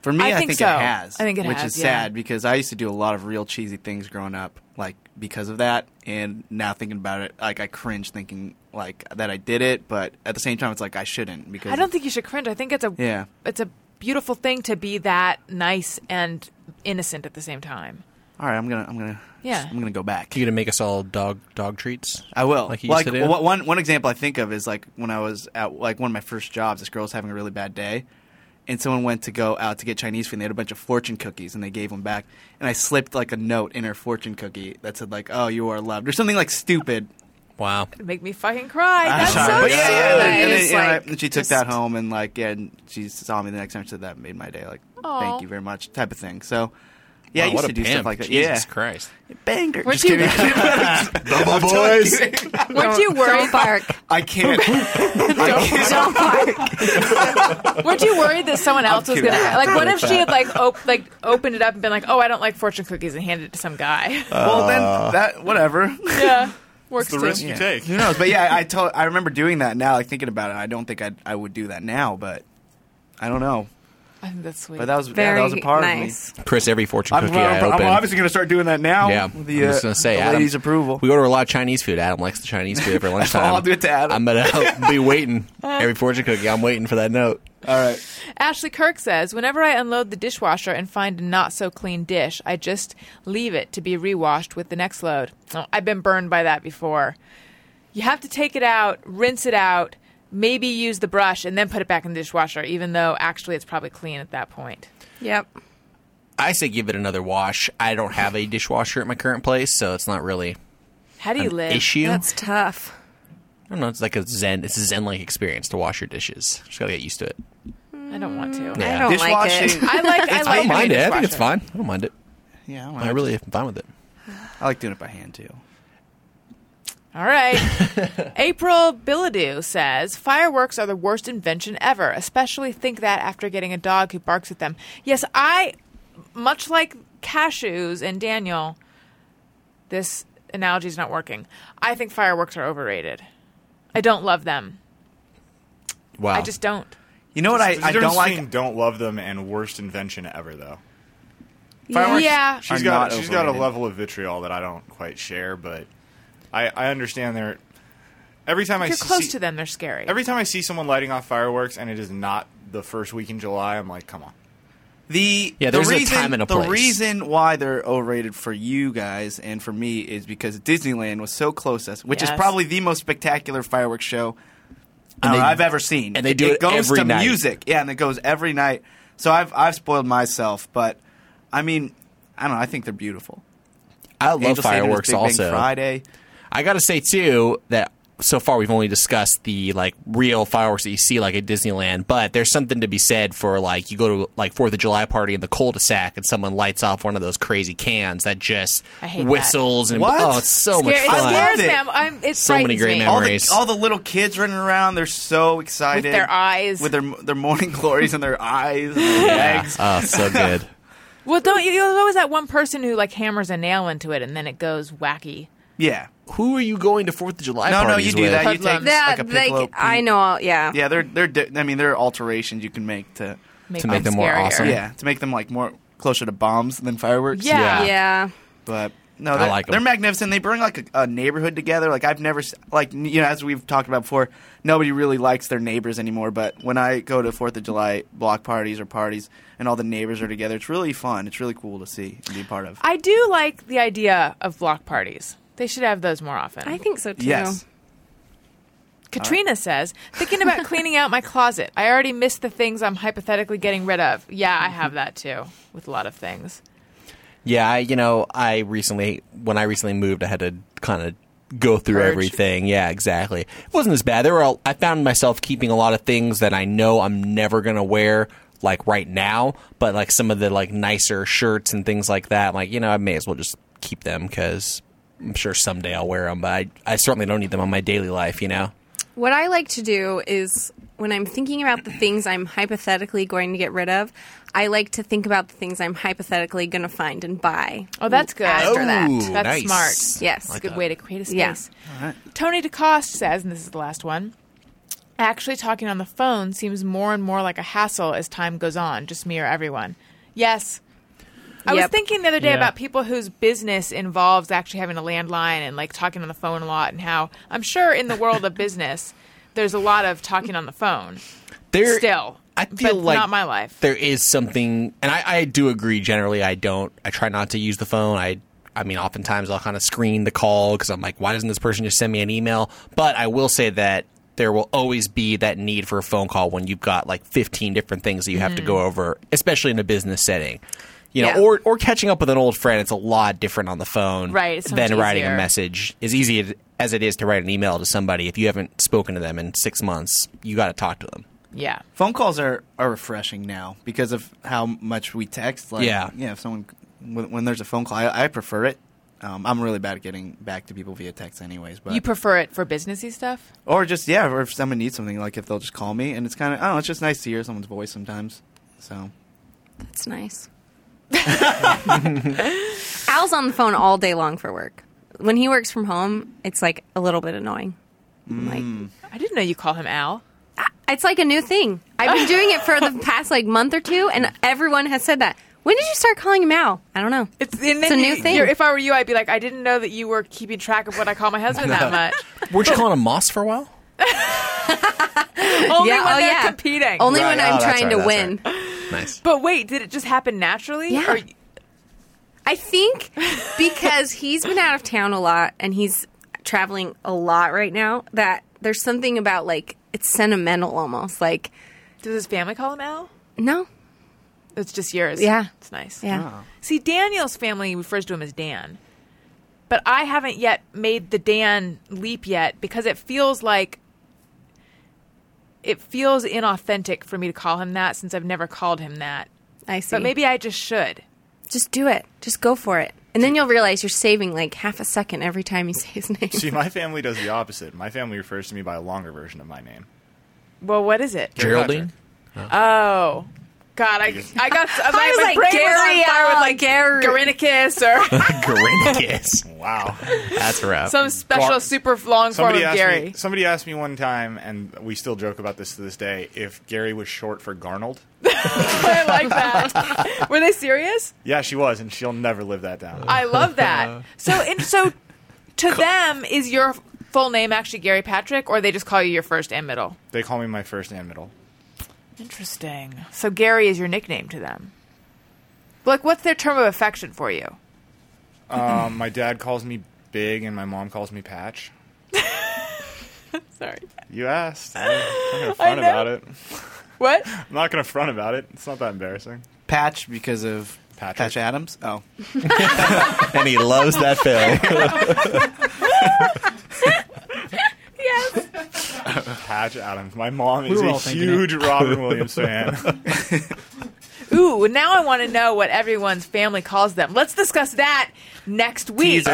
Speaker 7: For me,
Speaker 3: I
Speaker 7: I,
Speaker 3: think
Speaker 7: think,
Speaker 3: so.
Speaker 7: it has.
Speaker 3: I think it
Speaker 7: which
Speaker 3: has,
Speaker 7: is
Speaker 3: yeah.
Speaker 7: sad because I used to do a lot of real cheesy things growing up, like because of that. And now thinking about it, like I cringe thinking like that I did it, but at the same time, it's like I shouldn't because
Speaker 3: I don't think you should cringe. I think it's a
Speaker 7: Yeah.
Speaker 3: it's a beautiful thing to be that nice and innocent at the same time.
Speaker 7: All right, I'm gonna, I'm gonna,
Speaker 3: Yeah.
Speaker 7: I'm gonna go back.
Speaker 8: You gonna make us all dog dog treats?
Speaker 7: I will.
Speaker 8: Like
Speaker 7: Like,
Speaker 8: you used to do?
Speaker 7: wh- one one example I think of is like when I was at like one of my first jobs. This girl was having a really bad day, and someone went to go out to get Chinese food. and They had a bunch of fortune cookies, and they gave them back. And I slipped like a note in her fortune cookie that said like, "Oh, you are loved," or something like stupid.
Speaker 8: Wow.
Speaker 3: It'd make me fucking cry. That's
Speaker 7: I'm
Speaker 3: so
Speaker 7: sorry.
Speaker 3: cute.
Speaker 7: Yeah, and,
Speaker 5: I
Speaker 7: and-
Speaker 5: just,
Speaker 7: and I-
Speaker 5: like,
Speaker 7: and she took that home and like yeah, and she saw me the next time. She said that made my day. Like
Speaker 3: Aw.
Speaker 7: thank you very much, type of thing. So yeah,
Speaker 8: Wow,
Speaker 7: I used
Speaker 8: what a
Speaker 7: to do
Speaker 8: pimp.
Speaker 7: stuff like that.
Speaker 8: Jesus
Speaker 7: yeah,
Speaker 8: Christ.
Speaker 7: banger.
Speaker 3: Weren't
Speaker 7: Just
Speaker 3: you-
Speaker 7: kidding.
Speaker 6: Double boys.
Speaker 3: Weren't you worried?
Speaker 5: Don't bark.
Speaker 7: I can't.
Speaker 5: Don't bark.
Speaker 3: Weren't you worried that someone else was
Speaker 7: kidding.
Speaker 3: gonna like? What if
Speaker 7: Like
Speaker 3: she had like op- like opened it up and been like, "Oh, I don't like fortune cookies," and handed it to some guy?
Speaker 7: well,
Speaker 8: Uh.
Speaker 7: then that whatever.
Speaker 3: yeah, works
Speaker 6: the
Speaker 3: too.
Speaker 6: risk you take.
Speaker 7: Who knows? But yeah, I told. I remember doing that now. Like thinking about it, I don't think I'd, I would do that now. But I don't know.
Speaker 3: I think that's sweet.
Speaker 7: But that was yeah,
Speaker 5: Very
Speaker 7: that was a part
Speaker 5: nice.
Speaker 8: Chris, every fortune
Speaker 7: of me.
Speaker 8: cookie
Speaker 7: I'm,
Speaker 8: I
Speaker 7: I'm
Speaker 8: open.
Speaker 7: obviously going to start doing that now.
Speaker 8: yeah,
Speaker 7: with
Speaker 8: I'm
Speaker 7: the,
Speaker 8: just
Speaker 7: uh,
Speaker 8: gonna say,
Speaker 7: the
Speaker 8: Adam,
Speaker 7: ladies' approval.
Speaker 8: We order a lot of Chinese food. Adam likes the Chinese food every lunchtime.
Speaker 7: I'll do it to Adam.
Speaker 8: I'm gonna be waiting every fortune cookie. I'm waiting for that note.
Speaker 7: All right.
Speaker 3: Ashley Kirk says, Whenever I unload the dishwasher and find a not so clean dish, I just leave it to be rewashed with the next load. Oh, I've been burned by that before. You have to take it out, rinse it out, maybe use the brush, and then put it back in the dishwasher, even though actually it's probably clean at that point.
Speaker 5: Yep.
Speaker 8: I say give it another wash. I don't have a dishwasher at my current place, so it's not really
Speaker 3: How do you
Speaker 8: an
Speaker 3: live?
Speaker 8: issue.
Speaker 5: That's tough.
Speaker 8: I don't know. It's like a zen. It's a zen-like experience to wash your dishes. Just gotta get used to it.
Speaker 3: I don't want to.
Speaker 5: I
Speaker 8: Yeah.
Speaker 5: don't like
Speaker 7: Dishwashing.
Speaker 5: it.
Speaker 3: I like. I, like
Speaker 8: I don't mind
Speaker 3: the
Speaker 8: it. I think it's
Speaker 3: dishwasher.
Speaker 8: fine. I don't mind it.
Speaker 7: Yeah,
Speaker 8: I really am fine with it.
Speaker 7: I like doing it by hand too.
Speaker 3: All right. April Billadou says fireworks are the worst invention ever. Especially think that after getting a dog who barks at them. Yes, I, much like cashews and Daniel, this analogy is not working. I think fireworks are overrated. I don't love them.
Speaker 8: Wow.
Speaker 3: I just don't.
Speaker 7: You know what I,
Speaker 6: There's a
Speaker 7: I
Speaker 6: difference
Speaker 7: don't like?
Speaker 6: between don't love them and worst invention ever though.
Speaker 3: Yeah.
Speaker 6: She's
Speaker 7: Are
Speaker 6: got
Speaker 7: not
Speaker 6: she's got a
Speaker 7: overrated.
Speaker 6: level of vitriol that I don't quite share, but I I understand there. Every time I
Speaker 3: If you're
Speaker 6: see,
Speaker 3: close to them, they're scary.
Speaker 6: every time I see someone lighting off fireworks and it is not the first week in July, I'm like, come on.
Speaker 7: The
Speaker 8: Yeah,
Speaker 7: the
Speaker 8: there's a
Speaker 7: reason,
Speaker 8: time and a
Speaker 7: the
Speaker 8: place.
Speaker 7: reason why they're overrated for you guys and for me is because Disneyland was so close to us, which is
Speaker 3: Yes.
Speaker 7: probably the most spectacular fireworks show I don't
Speaker 8: they-
Speaker 7: know, I've ever seen.
Speaker 8: and they do it
Speaker 7: goes
Speaker 8: every
Speaker 7: to
Speaker 8: night.
Speaker 7: music, yeah, and it goes every night. So I've I've spoiled myself, but I mean, I don't know. I think they're beautiful.
Speaker 8: I love
Speaker 7: Angel Sanders,
Speaker 8: fireworks.
Speaker 7: Big Bang
Speaker 8: also,
Speaker 7: Friday.
Speaker 8: I gotta say too that so far we've only discussed the like real fireworks that you see like at Disneyland, but there's something to be said for like you go to like Fourth of July party in the cul-de-sac and someone lights off one of those crazy cans that just
Speaker 3: I hate that.
Speaker 8: whistles and
Speaker 7: What?
Speaker 8: oh, it's so much
Speaker 3: Scary- it
Speaker 8: fun.
Speaker 3: scares
Speaker 7: I love it.
Speaker 3: them. I'm, it
Speaker 8: So many
Speaker 3: frightens
Speaker 8: great
Speaker 3: me.
Speaker 8: memories.
Speaker 7: all the, all the little kids running around, they're so excited
Speaker 3: With their eyes.
Speaker 7: with their their morning glories in their eyes, and their
Speaker 8: Yeah.
Speaker 7: legs.
Speaker 8: Oh, so good.
Speaker 3: Well, don't you? There's always that one person who like hammers a nail into it and then it goes wacky.
Speaker 7: Yeah.
Speaker 8: Who are you going to Fourth of July?
Speaker 7: No, no,
Speaker 8: parties
Speaker 7: you do
Speaker 8: with?
Speaker 7: that. You
Speaker 3: Hoodlums.
Speaker 7: take
Speaker 5: That
Speaker 7: like a
Speaker 5: like,
Speaker 7: piccolo.
Speaker 5: I know. All, yeah.
Speaker 7: Yeah, they're they're. Di- I mean, there are alterations you can make to.
Speaker 3: Make
Speaker 8: To make them more
Speaker 3: scarier.
Speaker 8: awesome.
Speaker 7: Yeah, to make them like more closer to bombs than fireworks.
Speaker 3: Yeah.
Speaker 8: Yeah.
Speaker 5: Yeah.
Speaker 7: But no, they're,
Speaker 8: like 'em.
Speaker 7: they're magnificent. They bring like a, a neighborhood together. Like I've never s- like n- you know as we've talked about before, nobody really likes their neighbors anymore. But when I go to Fourth of July block parties or parties, and all the neighbors are together, it's really fun. It's really cool to see and be a part of.
Speaker 3: I do like the idea of block parties. They should have those more often.
Speaker 5: I think so too.
Speaker 7: yes.
Speaker 3: Katrina says, thinking about cleaning out my closet. I already missed the things I'm hypothetically getting rid of. Yeah, I have that too with a lot of things.
Speaker 8: Yeah, I, you know, I recently when I recently moved, I had to kind of go through
Speaker 3: Purge.
Speaker 8: everything. Yeah, exactly. It wasn't as bad. There were all, I found myself keeping a lot of things that I know I'm never gonna wear like right now, but like some of the like nicer shirts and things like that. Like you know, I may as well just keep them because I'm sure someday I'll wear them. But I, I certainly don't need them on my daily life. You know.
Speaker 5: What I like to do is when I'm thinking about the things I'm hypothetically going to get rid of, I like to think about the things I'm hypothetically going to find and buy.
Speaker 3: Oh, that's good.
Speaker 5: After that.
Speaker 7: Oh.
Speaker 8: Ooh,
Speaker 3: That's
Speaker 8: nice.
Speaker 3: smart.
Speaker 5: Yes.
Speaker 3: It's a good way to create a space.
Speaker 5: Yeah.
Speaker 3: Tony DeCoste says, and this is the last one. Actually, talking on the phone seems more and more like a hassle as time goes on. Just me or everyone. Yes, I was
Speaker 5: Yep.
Speaker 3: thinking the other day
Speaker 9: Yeah.
Speaker 3: about people whose business involves actually having a landline and like talking on the phone a lot, and how I'm sure in the world of business, there's a lot of talking on the phone.
Speaker 8: There,
Speaker 3: Still,
Speaker 8: I feel
Speaker 3: but
Speaker 8: like
Speaker 3: not my life.
Speaker 8: There is something, and I, I do agree. Generally, I don't. I try not to use the phone. I, I mean, oftentimes I'll kind of screen the call because I'm like, why doesn't this person just send me an email? But I will say that there will always be that need for a phone call when you've got like 15 different things that you have to
Speaker 3: Mm.
Speaker 8: go over, especially in a business setting. You know,
Speaker 5: Yeah.
Speaker 8: or or catching up with an old friend. It's a lot different on the phone,
Speaker 3: Right, it's so
Speaker 8: than
Speaker 3: much
Speaker 8: writing a
Speaker 3: easier.
Speaker 8: message. As easy as it is to write an email to somebody if you haven't spoken to them in six months. You got to talk to them.
Speaker 3: Yeah.
Speaker 7: Phone calls are, are refreshing now because of how much we text. Like,
Speaker 8: Yeah.
Speaker 7: yeah. If someone when, when there's a phone call, I, I prefer it. Um, I'm really bad at getting back to people via text, anyways. But
Speaker 3: You prefer it for businessy stuff?
Speaker 7: or just yeah, or if someone needs something, like if they'll just call me, and it's kind of oh, it's just nice to hear someone's voice sometimes. So
Speaker 5: That's nice. Al's on the phone all day long for work. When he works from home, it's like a little bit annoying. I'm
Speaker 8: Mm.
Speaker 5: Like
Speaker 3: I didn't know you call him Al.
Speaker 5: it's like a new thing. I've been doing it for the past like month or two, and everyone has said that. When did you start calling him Al? I don't know.
Speaker 3: It's, and
Speaker 5: It's a
Speaker 3: then
Speaker 5: new
Speaker 3: you-
Speaker 5: thing.
Speaker 3: you're- If I were you, I'd be like, I didn't know that you were keeping track of what I call my husband that much.
Speaker 8: Weren't you calling him Moss for a while?
Speaker 3: Only
Speaker 5: Yeah,
Speaker 3: when
Speaker 5: oh,
Speaker 3: they're
Speaker 5: yeah.
Speaker 3: competing.
Speaker 5: Only
Speaker 8: Right,
Speaker 5: when
Speaker 8: oh,
Speaker 5: I'm
Speaker 8: that's
Speaker 5: trying
Speaker 8: right,
Speaker 5: to
Speaker 8: that's
Speaker 5: win.
Speaker 8: Nice.
Speaker 3: but wait, did it just happen naturally?
Speaker 5: Yeah.
Speaker 3: Or-
Speaker 5: I think because he's been out of town a lot and he's traveling a lot right now, that there's something about like it's sentimental almost. Like,
Speaker 3: does his family call him Al?
Speaker 5: no,
Speaker 3: It's just yours.
Speaker 5: Yeah.
Speaker 3: It's nice.
Speaker 8: Oh.
Speaker 7: Oh.
Speaker 5: yeah,
Speaker 3: See, Daniel's family refers to him as Dan, but I haven't yet made the Dan leap yet because it feels like it feels inauthentic for me to call him that since I've never called him that.
Speaker 5: I see.
Speaker 3: But maybe I just should.
Speaker 5: just do it. Just go for it, and then you'll realize you're saving like half a second every time you say his name.
Speaker 6: See, my family does the opposite. My family refers to me by a longer version of my name.
Speaker 3: Well, what is it?
Speaker 8: Geraldine?
Speaker 3: Oh. God, I, I got I was
Speaker 5: I
Speaker 3: like,
Speaker 5: was
Speaker 3: my
Speaker 5: like,
Speaker 3: brain was
Speaker 5: Gary,
Speaker 3: on fire with
Speaker 5: uh,
Speaker 3: like
Speaker 5: Gary.
Speaker 3: Garrinicus or
Speaker 8: Granicus.
Speaker 6: Wow.
Speaker 8: That's rough.
Speaker 3: some special
Speaker 6: Gar-
Speaker 3: super long form
Speaker 6: Somebody
Speaker 3: of
Speaker 6: asked
Speaker 3: Gary.
Speaker 6: me. Somebody asked me one time, and we still joke about this to this day. If Gary was short for Garnold,
Speaker 3: I like that. Were they serious?
Speaker 6: yeah, she was, and she'll never live that down.
Speaker 3: I love that. So and so to them is your full name actually Gary Patrick or they just call you your first and middle?
Speaker 6: they call me my first and middle.
Speaker 3: Interesting. So Gary is your nickname to them. Like what's their term of affection for you?
Speaker 6: Um, my dad calls me Big, and my mom calls me Patch.
Speaker 3: Sorry.
Speaker 6: You asked. I'm not gonna
Speaker 3: I
Speaker 6: front
Speaker 3: know.
Speaker 6: about it.
Speaker 3: What?
Speaker 6: I'm not gonna front about it. It's not that embarrassing.
Speaker 7: Patch because of
Speaker 6: Patrick.
Speaker 7: Patch Adams. Oh,
Speaker 8: and he loves that film.
Speaker 3: Yes.
Speaker 6: Patch Adams. My mom is
Speaker 9: were
Speaker 6: a
Speaker 9: all thinking it.
Speaker 6: huge Robin Williams fan.
Speaker 3: Ooh, now I want to know what everyone's family calls them. Let's discuss that next week. A teaser.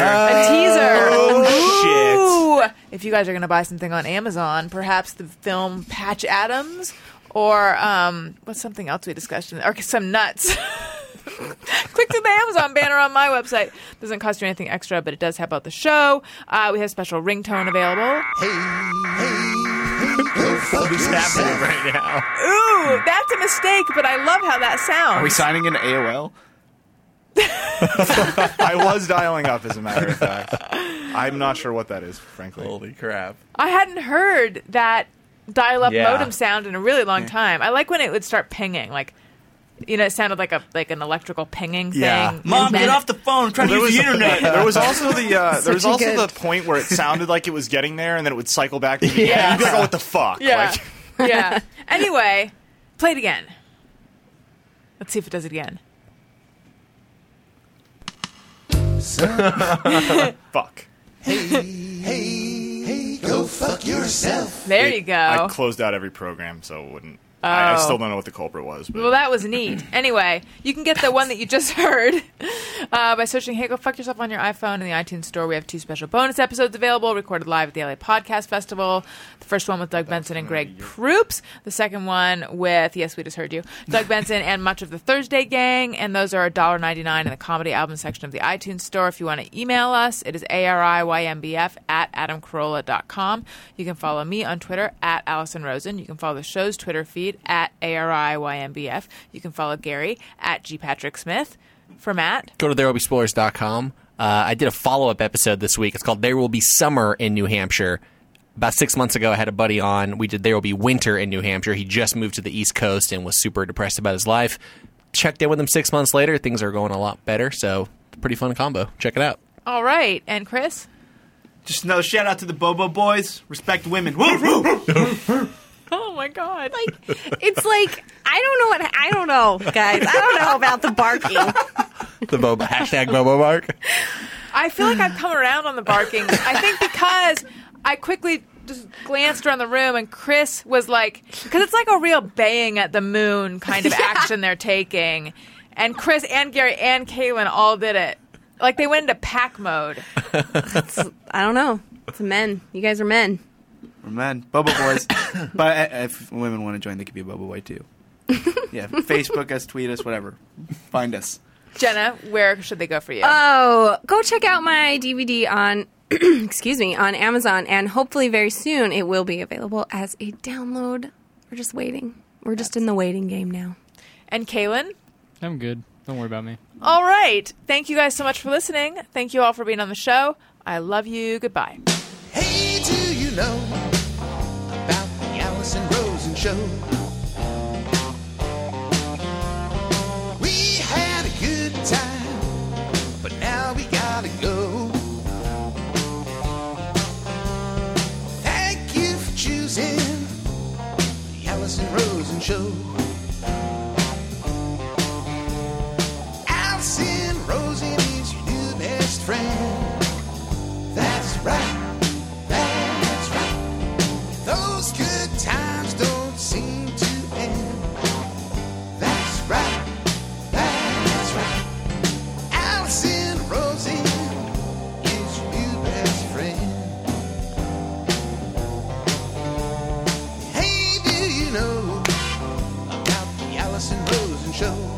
Speaker 6: oh
Speaker 3: Ooh. If you guys are going to buy something on Amazon, perhaps the film Patch Adams or um, what's something else we discussed? in- Or some nuts. Click to the Amazon banner on my website. Doesn't cost you anything extra, but it does help out the show. Uh, we have special ringtone available.
Speaker 6: What's happening right now?
Speaker 3: Ooh, that's a mistake, but I love how that sounds.
Speaker 7: are we signing in AOL?
Speaker 6: I was dialing up, as a matter of fact. I'm not sure what that is, frankly.
Speaker 9: Oh,
Speaker 8: Holy crap.
Speaker 3: I hadn't heard that dial-up
Speaker 8: Yeah.
Speaker 3: modem sound in a really long time. I like when it would start pinging, like you know, it sounded like a like an electrical pinging
Speaker 8: Yeah.
Speaker 3: thing.
Speaker 7: Mom,
Speaker 3: And then-
Speaker 7: get off the phone. I'm trying to
Speaker 6: There was,
Speaker 7: use the internet.
Speaker 6: there was also the uh, there was
Speaker 5: Such a
Speaker 6: also
Speaker 5: good-
Speaker 6: the point where it sounded like it was getting there, and then it would cycle back. To the beginning.
Speaker 3: Yeah.
Speaker 6: You'd be like, "Oh, what the fuck?"
Speaker 3: Yeah,
Speaker 6: Like,
Speaker 3: yeah. Anyway, play it again. Let's see if it does it again.
Speaker 6: fuck.
Speaker 4: Go fuck yourself.
Speaker 3: There
Speaker 6: It-
Speaker 3: you
Speaker 6: I
Speaker 3: go.
Speaker 6: closed out every program, so it wouldn't. I, I
Speaker 3: Oh.
Speaker 6: still don't know what the culprit was, but
Speaker 3: Well, that was neat. Anyway, you can get the one that you just heard uh, by searching Hey Go Fuck Yourself on your iPhone in the iTunes Store. We have two special bonus episodes available, recorded live at the LA Podcast Festival. The first one with Doug Benson and Greg Proops. The second one with, yes, we just heard you, Doug Benson and much of the Thursday Gang. And those are $1.99 in the comedy album section of the iTunes Store. If you want to email us, it is ariYMBF at adamcarolla.com. You can follow me on Twitter at Allison Rosen. You can follow the show's Twitter feed at ARIYMBF. You can follow Gary at G. Patrick Smith. For Matt,
Speaker 8: Go to therewillbespoilers.com. Uh, I did a follow up episode this week. It's called There Will Be Summer in New Hampshire. About six months ago, I had a buddy on. We did There Will Be Winter in New Hampshire. He just moved to the East Coast and was super depressed about his life. Checked in with him six months later. Things are going a lot better. So, pretty fun combo. Check it out.
Speaker 3: all right, and Chris.
Speaker 7: Just another shout out to the Bobo Boys. Respect women. Woo, woo, woo.
Speaker 3: Oh my God!
Speaker 5: Like, it's like I don't know what I don't know, guys. I don't know about the barking.
Speaker 8: The Boba, hashtag Bobo Mark.
Speaker 3: I feel like I've come around on the barking. I think because I quickly just glanced around the room and Chris was like, because it's like a real baying at the moon kind of action they're taking. And Chris and Gary and Kaylin all did it. Like they went into pack mode.
Speaker 5: I don't know. It's men. You guys are men.
Speaker 7: We're men. Bubba boys. but uh, if women want to join, they could be a Bubba boy too. yeah, Facebook us, tweet us, whatever. Find us.
Speaker 3: Jenna, where should they go for you?
Speaker 5: Oh, go check out my DVD on excuse me on Amazon, and hopefully very soon it will be available as a download. We're just waiting. We're just in the waiting game now.
Speaker 3: and Kaylin?
Speaker 9: I'm good. Don't worry about me.
Speaker 3: All right. Thank you guys so much for listening. Thank you all for being on the show. I love you. Goodbye.
Speaker 4: Hey, do you know about the Allison Rosen show? We had a good time, but now we gotta go. Thank you for choosing the Allison Rosen show. Allison Rosen is your new best friend. That's right. That's right. Those good times don't seem to end. That's right. That's right. Allison Rosie is your new best friend. Hey, do you know about the Allison Rosen show?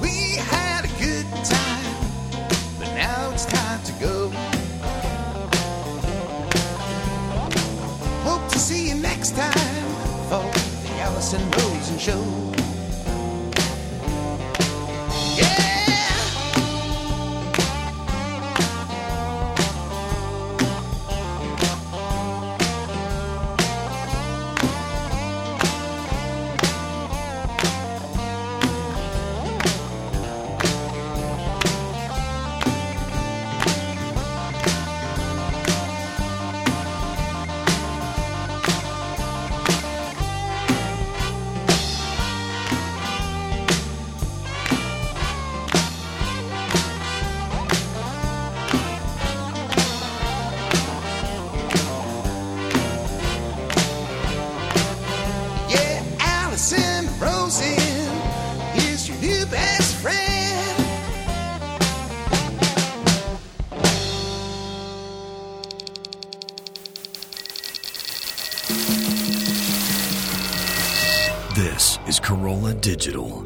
Speaker 4: We had a good time but now it's time to go. Hope to see you next time for the Allison Rosen Show. Yeah. Yeah, Allison Rosen is your new best friend.
Speaker 11: This is Corolla Digital.